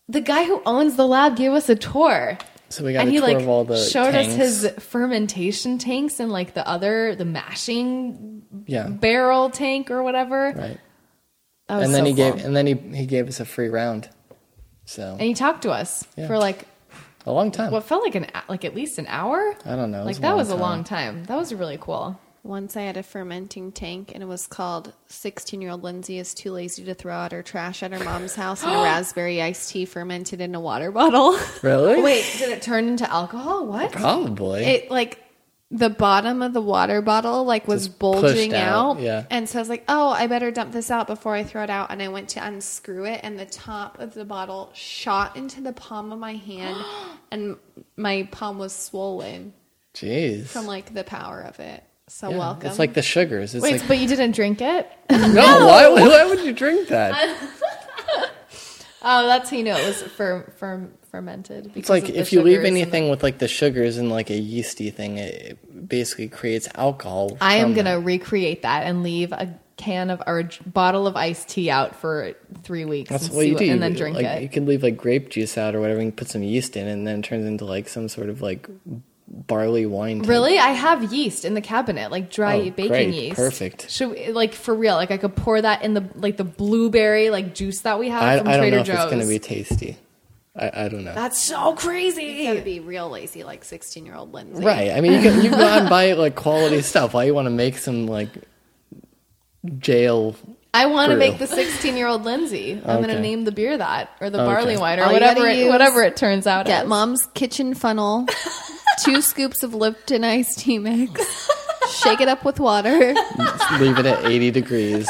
The guy who owns the lab gave us a tour. So we got and a he tour like of all the showed tanks. us his fermentation tanks and like the other the mashing Yeah. barrel tank or whatever. Right. That was And then he so cool. gave and then he, he gave us a free round. So and he talked to us Yeah. for like a long time. what felt like an ho- like at least an hour. I don't know. It was Like a that long was a time. long time. That was really cool. Once I had a fermenting tank and it was called 16 year old Lindsay is too lazy to throw out her trash at her mom's <gasps> house and a raspberry iced tea fermented in a water bottle. <laughs> Really? Wait, did it turn into alcohol? What? Probably. it like the bottom of the water bottle like was Just pushed bulging out, out, yeah. and so i was like oh i better dump this out before i throw it out and i went to unscrew it and the top of the bottle shot into the palm of my <gasps> hand and my palm was swollen Jeez. from like the power of it so Yeah, welcome It's like the sugars. It's Wait, like <laughs> but you didn't drink it? no, Why, would- why would you drink that? oh, that's how you know it was fer- fer- fermented. It's like if you leave anything with like the sugars and like a yeasty thing, it, it basically creates alcohol. I am from going that. to recreate that and leave a can of or a j- bottle of iced tea out for three weeks That's and, what see you do. and then drink like, You it. can leave like grape juice out or whatever, and put some yeast in, it, and then it turns into like some sort of like barley wine. type. Really? I have yeast in the cabinet, like dry Oh, baking great. yeast. Perfect. Should we, like for real, like I could pour that in the like the blueberry like juice that we have I, from I don't Trader know if Joe's. it's going to be tasty. I, I don't know. That's so crazy. you gotta be real lazy like 16 year old lindsay Right. I mean, you can you go out and buy like quality stuff. Why you want to make some like jail? I want to Brew. make the 16 year old Lindsay. I'm going Okay. to name the beer that or the Okay. barley wine or All you whatever gotta it, use- whatever it turns out. get as. mom's kitchen funnel <laughs> two scoops of lipton iced tea mix shake it up with water Leave it at eighty degrees.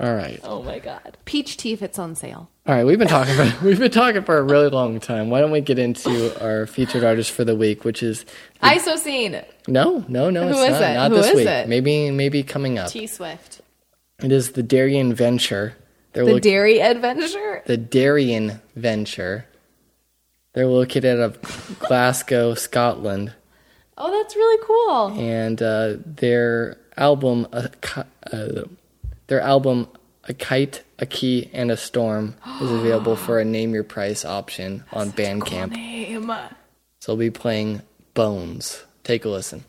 All right. Oh my god. peach tea if it's on sale All right. We've been talking for we've been talking for a really long time. Why don't we get into our featured artist for the week, which is Isocene. no, no, no. Who it's is not. it? Not Who this is week. it? Maybe maybe coming up. t swift It is the Darien Venture. They're The loc- dairy adventure. the Darien Venture. They're located out of Glasgow, Scotland. Oh, that's really cool. and uh, their album, a, Ki- uh, their album, a kite, a key, and a storm is available for a name your price option on Bandcamp. Name. So I'll be playing Bones. Take a listen.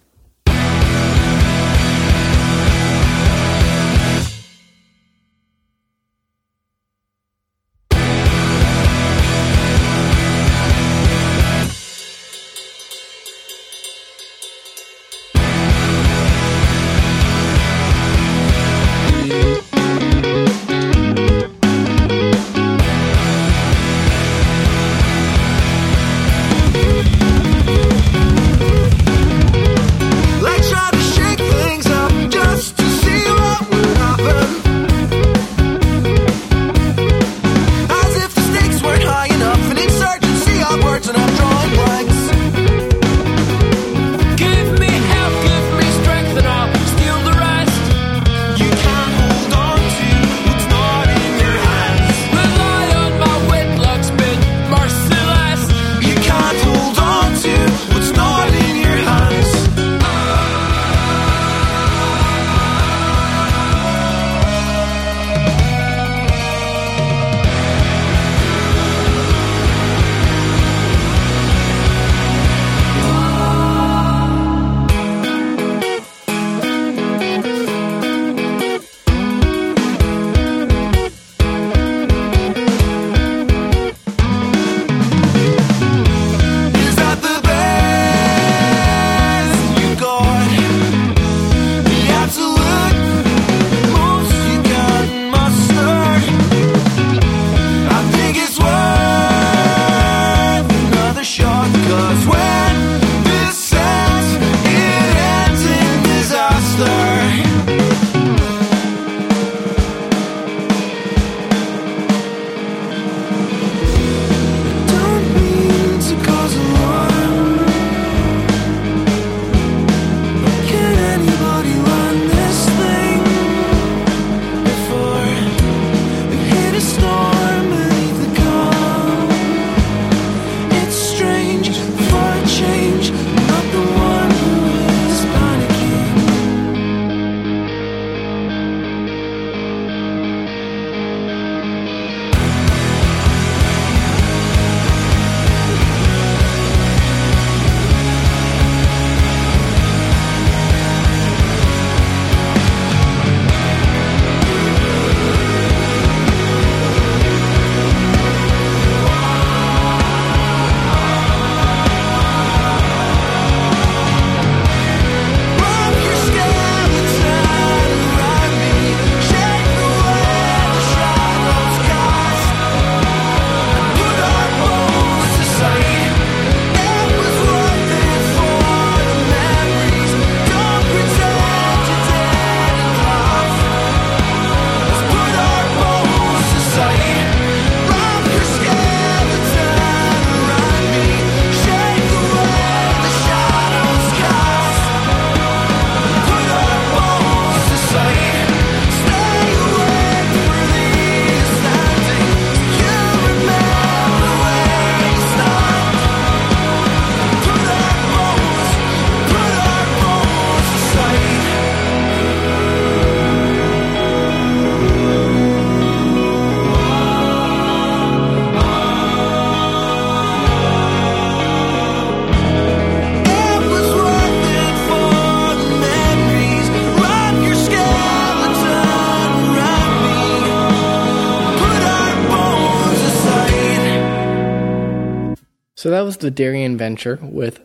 So that was the Darien Venture with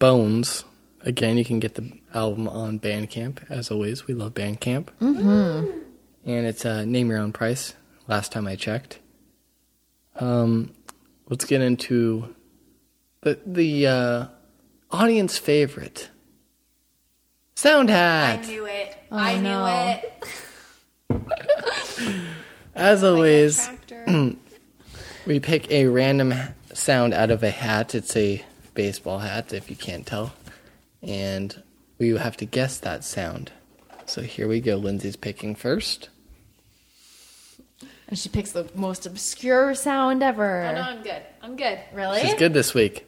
Bones. Again, you can get the album on Bandcamp. As always, we love Bandcamp. Mm-hmm. And it's uh, name your own price. Last time I checked. Um, let's get into the the uh, audience favorite. Sound I Hat. knew it. I knew no. it. As always, Tractor. <clears throat> we pick a random h- sound out of a hat. It's a baseball hat, if you can't tell. And we have to guess that sound. So here we go. Lindsay's picking first. And she picks the most obscure sound ever. Oh, no, I'm good. I'm good. Really? She's good this week.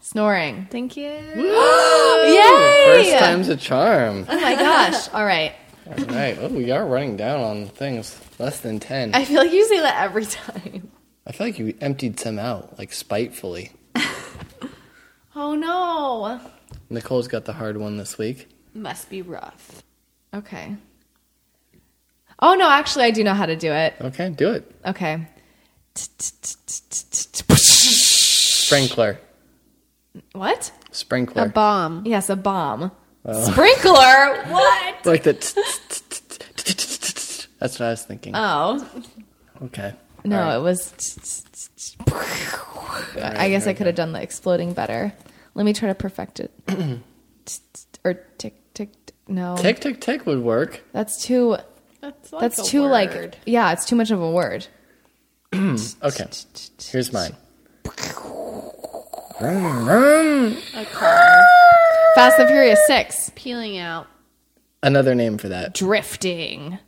Snoring. Thank you. First Yay! time's a charm. Oh my gosh. All right. All right. Oh, we are running down on things. Less than 10. I feel like you say that every time. I feel like you emptied some out, like spitefully. Oh no. Nicole's got the hard one this week. Must be rough. Okay. Oh no, actually I do know how to do it. Okay, do it. Okay. Sprinkler. What? Sprinkler. A bomb. Yes, a bomb. Oh. Sprinkler? <laughs> What? like the. tsk, tsk, tsk, tsk, tsk, tsk, tsk, tsk. That's what I was thinking. Oh. Okay. No, All right. it was. <laughs> I guess I could have done the exploding better. Let me try to <clears throat> perfect it. or tick, tick, tick. No. Tick tick tick would work. That's too. That's like That's too like. Yeah, it's too much of a word. <clears throat> Okay. Here's mine. a car Fast and Furious 6. peeling out, Another name for that. Drifting.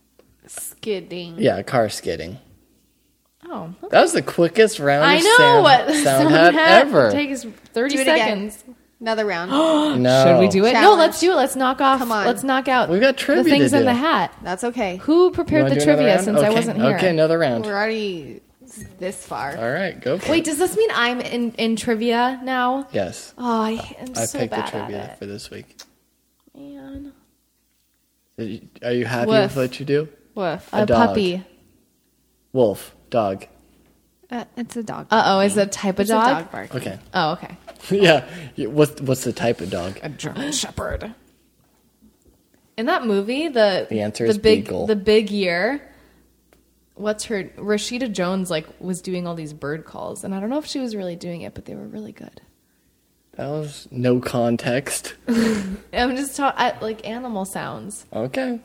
skidding. Yeah, car skidding. Oh. That was the quickest round I of know sound, what <laughs> sound, <laughs> hat, ever. Takes 30 Do it again. seconds. Another <gasps> round. no. Should we do it? No, Challenge. let's do it. Let's knock off. Come on. Let's knock out We've got trivia the things to in the do. hat. That's okay. Who You prepared wanna the do another trivia round? since I Okay, wasn't here? Okay, another round. We're already this far. All right, go for Wait, it. does this mean I'm in, in trivia now? Yes. Oh, I am I so picked the bad trivia at for this week. it. Man. Are you, are you happy Woof. with what you do? Woof. A, A dog. puppy. Wolf, dog. Uh, it's a dog. Uh oh, is it a type of It's a dog dog? bark. Okay. <laughs> Oh, okay. yeah. You- What's what's the type of dog? A German <gasps> Shepherd. In that movie, the The answer the is big beagle. the big year. What's her Rashida Jones like was doing all these bird calls, and I don't know if she was really doing it, but they were really good. That was no context. I'm just talking like animal sounds. Okay.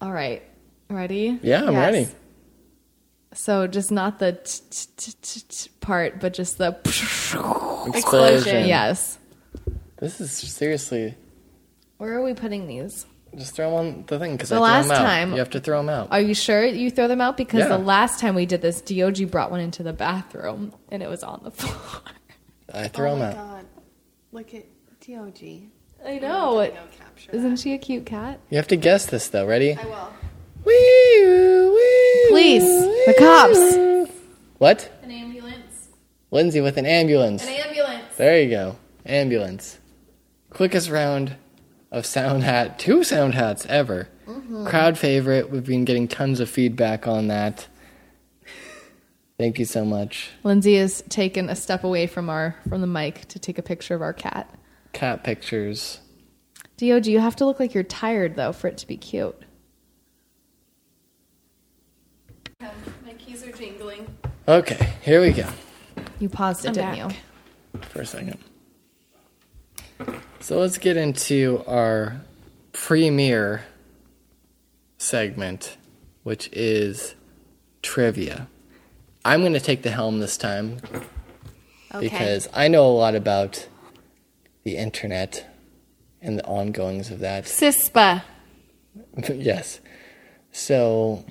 All right, ready? Yeah, I'm Yes. ready. So just not the t- t- t- t- t- part, but just the <laughs> Explosion. yes. This is seriously Where are we putting these? just throw 'em on the thing because The I last threw 'em out. time- you have to throw them out. Are you sure you throw them out? Because Yeah. the last time we did this, Dioji brought one into the bathroom and it was on the <laughs> floor. I threw oh them my out. god. Look at DOG. I know. I don't capture that. Isn't she a cute cat? You have to guess this though. Ready? I will. Wee-oo, wee-oo, Police. wee-oo. The What? An ambulance. Lindsay with an ambulance. ambulance. There you go. Ambulance. Quickest round of sound hat, two sound hats ever. Mm-hmm. Crowd favorite. We've been getting tons of feedback on that. Thank you so much. Lindsay has taken a step away from our from the mic to take a picture of our cat. Cat pictures. Dioji, you have to look like you're tired though for it to be cute. My keys are jingling. Okay, here we go You paused it, I'm didn't back. you? for a second. So let's get into our premiere segment, which is trivia. I'm going to take the helm this time Okay. because I know a lot about the internet and the ongoings of that. CISPA. <laughs> yes. So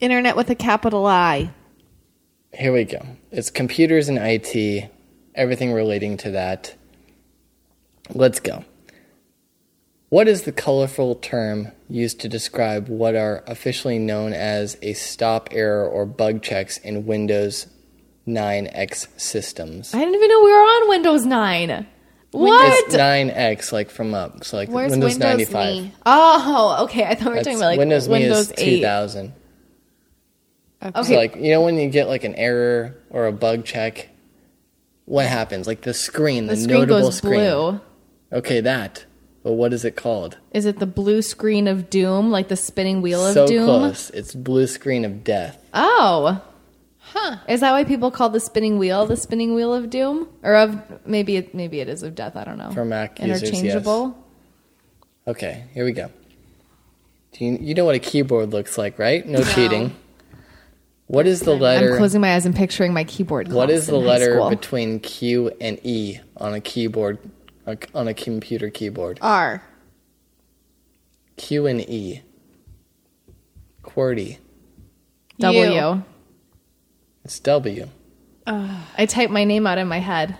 Internet with a capital I. here we go. It's computers and IT, everything relating to that. Let's go. What is the colorful term used to describe what are officially known as a stop error or bug checks in Windows 9X systems? I didn't even know we were on Windows 9. What? It's 9X, like from up. So, like Where's Windows, Windows, 95. Me? Oh, okay. I thought we were That's- talking about like Windows, Windows, Me is 8. 2000. Okay. So like you know when you get like an error or a bug check, what happens? Like the screen, the, the screen notable goes screen. blue. Okay, that. But what is it called? Is it the blue screen of doom, like the spinning wheel of so doom? close. It's blue screen of death. Oh. Huh. Is that why people call the spinning wheel the spinning wheel of doom, or of maybe it, maybe it is of death? I don't know. For Mac users, yes. interchangeable. Okay, here we go. Do you, you know what a keyboard looks like, right? No, cheating. What is the I'm letter? closing my eyes and picturing my keyboard. What class is the in high letter school. between Q and E on a keyboard, on a computer keyboard? R. Q and E. QWERTY. W? It's W. I type my name out in my head.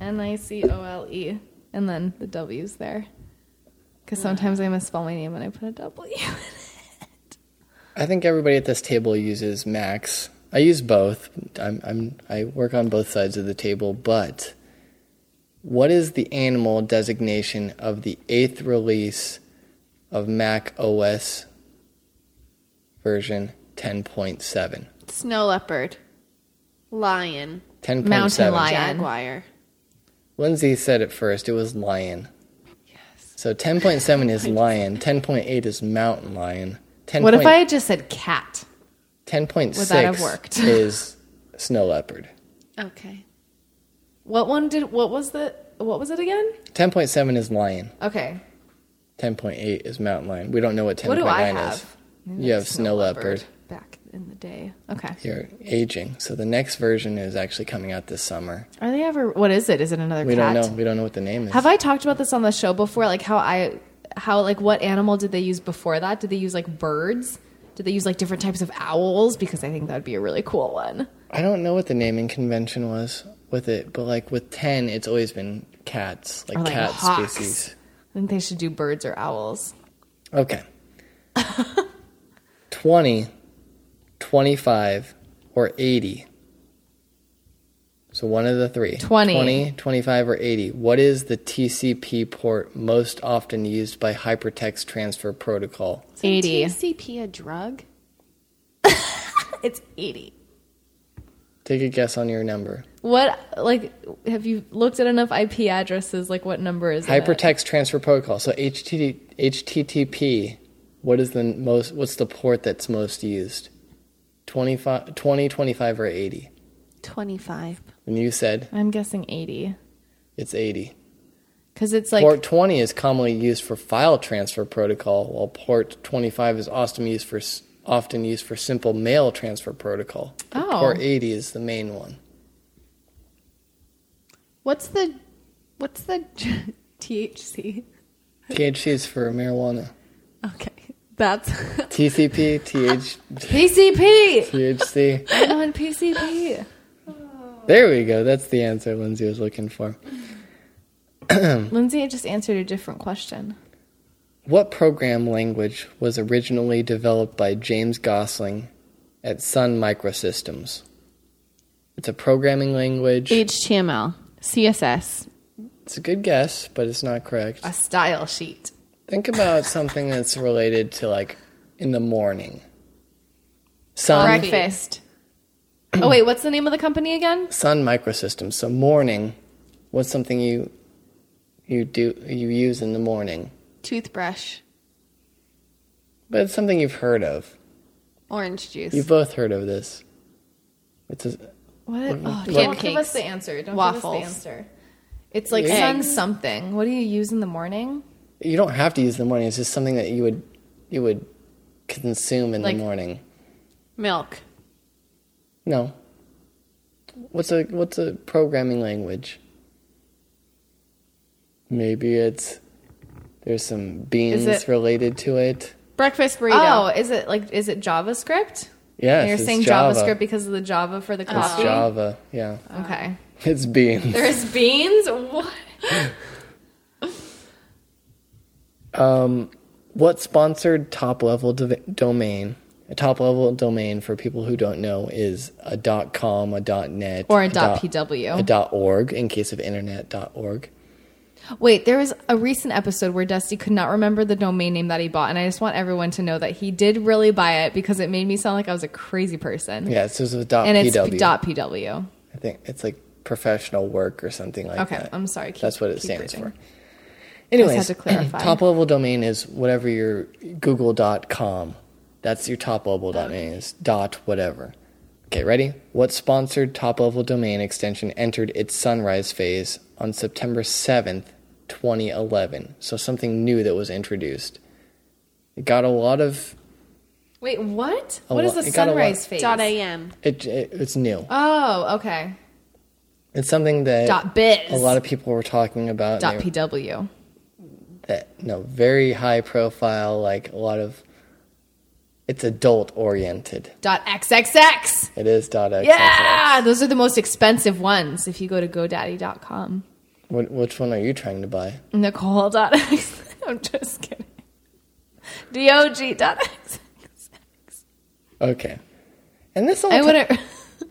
N I C O L E, and then the W's there. Because sometimes I misspell my name and I put a W. I think everybody at this table uses Macs. I use both. I'm, I'm I work on both sides of the table, but what is the animal designation of the eighth release of Mac OS version 10.7? Snow leopard. Lion. 10.7. Mountain lion. Jaguar. Lindsay said it first. It was lion. Yes. So 10.7 is lion. 10.8 is mountain lion. 10. what if I had just said cat? 10.6 Would that have worked? <laughs> is snow leopard. Okay. What one did? What was the? What was it again? 10.7 is lion. Okay. 10.8 is mountain lion. We don't know what 10.9 What do I is. have? You have snow, leopard. Back in the day. Okay. You're aging. So the next version is actually coming out this summer. Are they ever? What is it? Is it another We cat? don't know. We don't know what the name is. Have I talked about this on the show before? Like how I, how like what animal did they use before that? Did they use like birds? Did they use like different types of owls? Because I think that'd be a really cool one. I don't know what the naming convention was with it, but like with 10, it's always been cats, like, Or like cat hawks. species. I think they should do birds or owls. Okay. <laughs> 20, 25, or 80. So one of the three. 20. 20, 25, or 80. What is the TCP port most often used by hypertext transfer protocol? Isn't 80. TCP a drug? <laughs> It's eighty. Take a guess on your number. What like have you looked at enough IP addresses? Like what number is in it? Hypertext transfer protocol. So HTT HTTP, what is the most what's the port that's most used? 25 20, 25 or 80. 25. And you said I'm guessing eighty it's 80. because it's like port 20 is commonly used for file transfer protocol, while port 25 is often used for s- often used for simple mail transfer protocol. But Oh. Port 80 is the main one. What's the what's the <laughs> THC? THC is for marijuana. Okay. That's TCP, TH, PCP. THC. I'm on PCP. There we go. That's the answer Lindsay was looking for. Lindsay had just answered a different question. What program language was originally developed by James Gosling at Sun Microsystems? It's a programming language. HTML, CSS. It's a good guess, but it's not correct. A style sheet. Think about something that's related to like in the morning. Sun, <clears throat> Breakfast. oh wait, what's the name of the company again? sun microsystems. So morning, what's something you you do you use in the morning? Toothbrush. But it's something you've heard of. Orange juice. You've both heard of this. It's a, What? Oh, don't give Pancakes. us the answer. Don't give Waffles. us the answer. It's like Eggs. sun something. What do you use in the morning? you don't have to use it in the morning. It's just something that you would you would consume in Like- the morning. Milk. No. What's a what's a programming language? Maybe it's there's some beans it- related to it. Breakfast Oh, burrito. is it like is it JavaScript? Yes, You're it's saying Java. JavaScript because of the Java for the It's coffee. Java. Yeah, Okay. it's beans. There's beans. What? Um, what sponsored top level div- domain? A top level domain for people who don't know is a dot com, a dot net, Or a dot PW. a dot org in case of internet dot org. Wait, there was a recent episode where Dusty could not remember the domain name that he bought, and I just want everyone to know that he did really buy it because it made me sound like I was a crazy person. Yeah, it's just a dot and it's PW. dot PW. I think it's like professional work or something like Okay, that. I'm sorry. Keep- That's what it keep stands reading. for. Anyways, to <clears throat> clarify. top level domain is whatever your google.com. That's your top Oh. level domain is dot whatever. Okay, ready? What sponsored top level domain extension entered its sunrise phase on September 7th, 2011? So something new that was introduced. It got a lot of Wait, what? A what is lot- the it got a lot. sunrise phase? Dot am. it, it it's new. Oh, okay. It's something that Dot biz. a lot of people were talking about. dot and they- PW. that no very high profile like a lot of it's adult oriented Dot XXX. it is dot x Yeah, those are the most expensive ones. If you go to GoDaddy.com, Wh- which one are you trying to buy Nicole. Dot X. <laughs> I'm just kidding. Dog. Dot X. okay and this all I ti- wouldn't.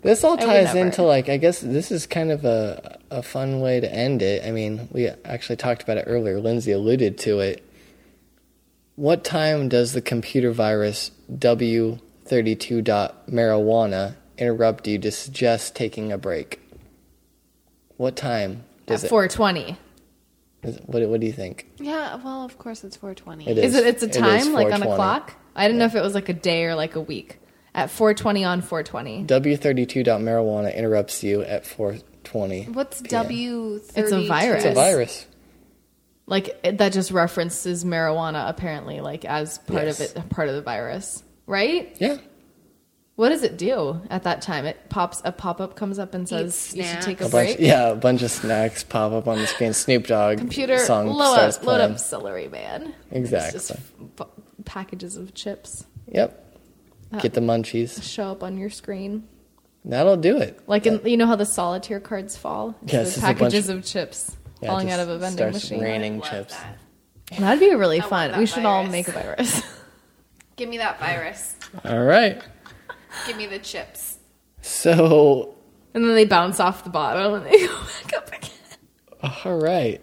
this all would ties never. into like i guess this is kind of a a fun way to end it i mean we actually talked about it earlier lindsay alluded to it what time does the computer virus w32 dot marijuana interrupt you to suggest taking a break what time At does it 420. Is, what, what do you think? Yeah, well, of course it's 420. It Is it? It's a is time like on a 420. clock. I didn't know if it was like a day or like a week. At 420 on 420. W32 dot marijuana interrupts you at 4:20. What's PM. W? It's a virus. It's a virus. Like it, that just references marijuana apparently, like as part Yes. of it, part of the virus, right? Yeah. What does it do at that time? It pops a pop up comes up and says you should snacks. take a, A bunch, break. yeah, a bunch of snacks pop up on the screen. Snoop Dogg Computer song load starts up, load playing. up celery man. It's just Exactly. f- packages of chips Yep. Uh, Get the munchies. show up on your screen. That'll do it. Like in, you know how the solitaire cards fall? It's Yeah, those it's just a bunch packages of chips Yeah, it falling out just of a vending starts machine. Raining chips. That'd be really want fun. that We should all virus. make a <laughs> virus. Give me that virus. All right. Give me the chips. So, and then they bounce off the bottom and they go back <laughs> up again. all right.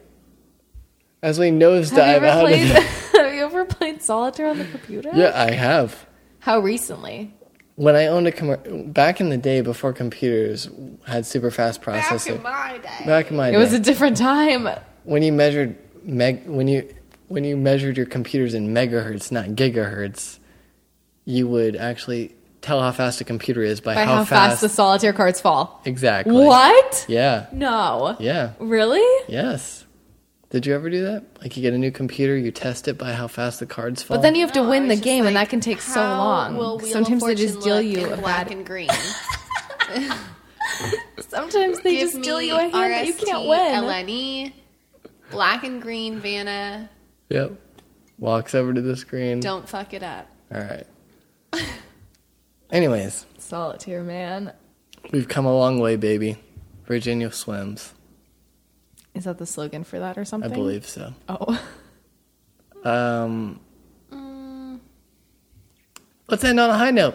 As we Have nosedive you, ever out of played, <laughs> it. have you ever played solitaire on the computer? Yeah, I have. How recently? When I owned a com- back in the day before computers had super fast processing. my day. Back in my It day. was a different time. when you measured meg when you when you measured your computers in megahertz, not gigahertz, you would actually tell how fast a computer is by, by how, fast, the solitaire cards fall. exactly. What? Yeah. No. Yeah. Really? Yes. Did you ever do that? Like you get a new computer, you test it by how fast the cards fall. But then you have to Oh No, win I the was just game, and like, that can take so how will long. Wheel of Sometimes they just Fortune deal look <laughs> you in a black bad. and green. Sometimes <laughs> they Give just deal me you a hand that you RST, can't win. LNE, E. black and green, Vanna. Yep. Walks over to the screen. Don't fuck it up. All right. Anyways, Solitaire, man. we've come a long way, baby. Virginia swims. Is that the slogan for that or I something? believe so. Oh, <laughs> Um, Mm, Let's end on a high note.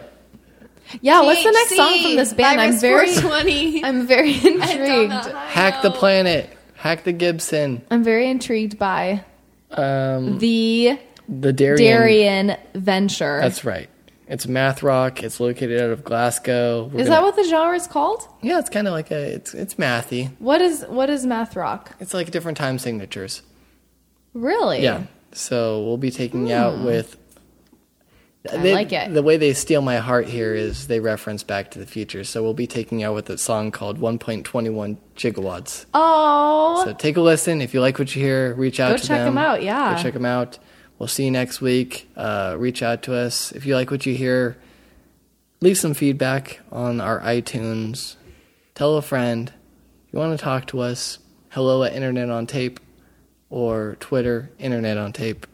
yeah. What's the next THC, song from this band? I'm Virus very, 420. <laughs> <laughs> I'm very I don't know intrigued. how I Hack the know. planet. Hack the Gibson. I'm very intrigued by Um, the the Darien. Darien Venture. That's right. It's math rock. It's located out of Glasgow. We're is gonna- that what the genre is called? Yeah, it's kind of like a. It's it's mathy. What is what is math rock? It's like different time signatures. Really? Yeah. So we'll be taking you out with. Hmm. I They- like it. The way they steal my heart here is they reference Back to the Future. So we'll be taking you out with a song called 1.21 gigawatts. Oh, So take a listen. If you like what you hear, reach out Go to check 'em them. out, yeah. Go check them out. We'll see you next week. Uh, reach out to us. If you like what you hear, leave some feedback on our iTunes. Tell a friend. If you want to talk to us, hello at Internet on Tape or Twitter, Internet on Tape.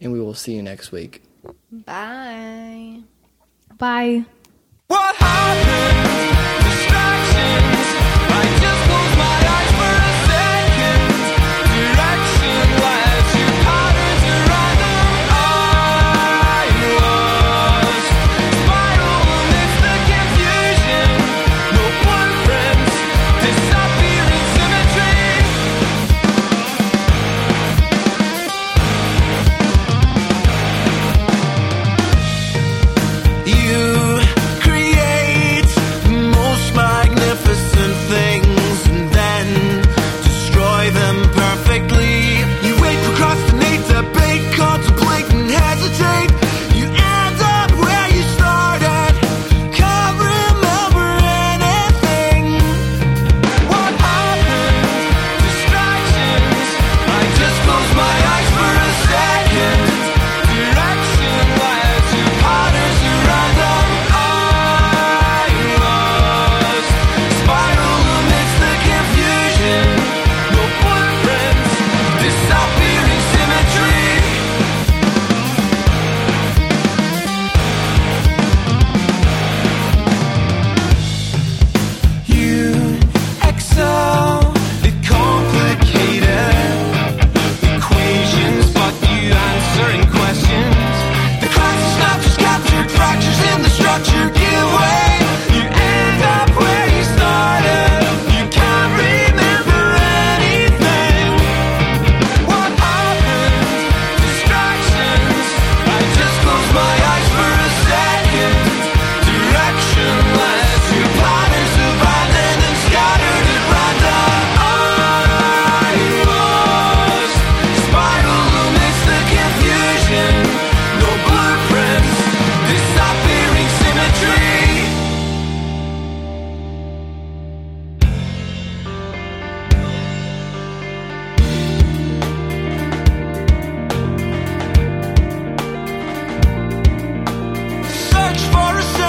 And we will see you next week. Bye. bye. What happened? Distractions. I just close my eyes for a second. Direction lies through patterns and random. I lost. Spiral amidst the confusion. No blueprints. Disappearing symmetry.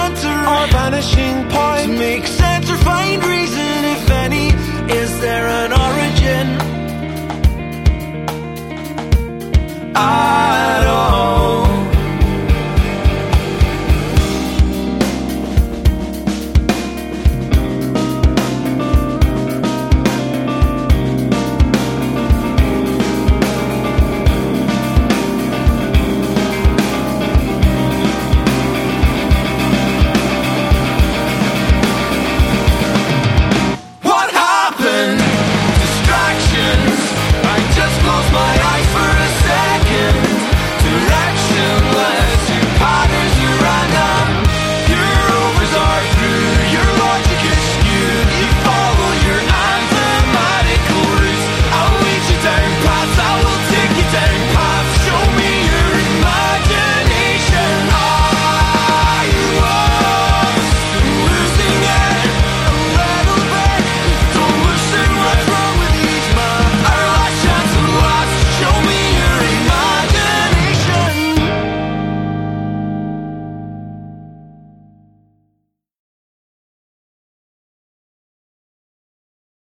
vanishing point makes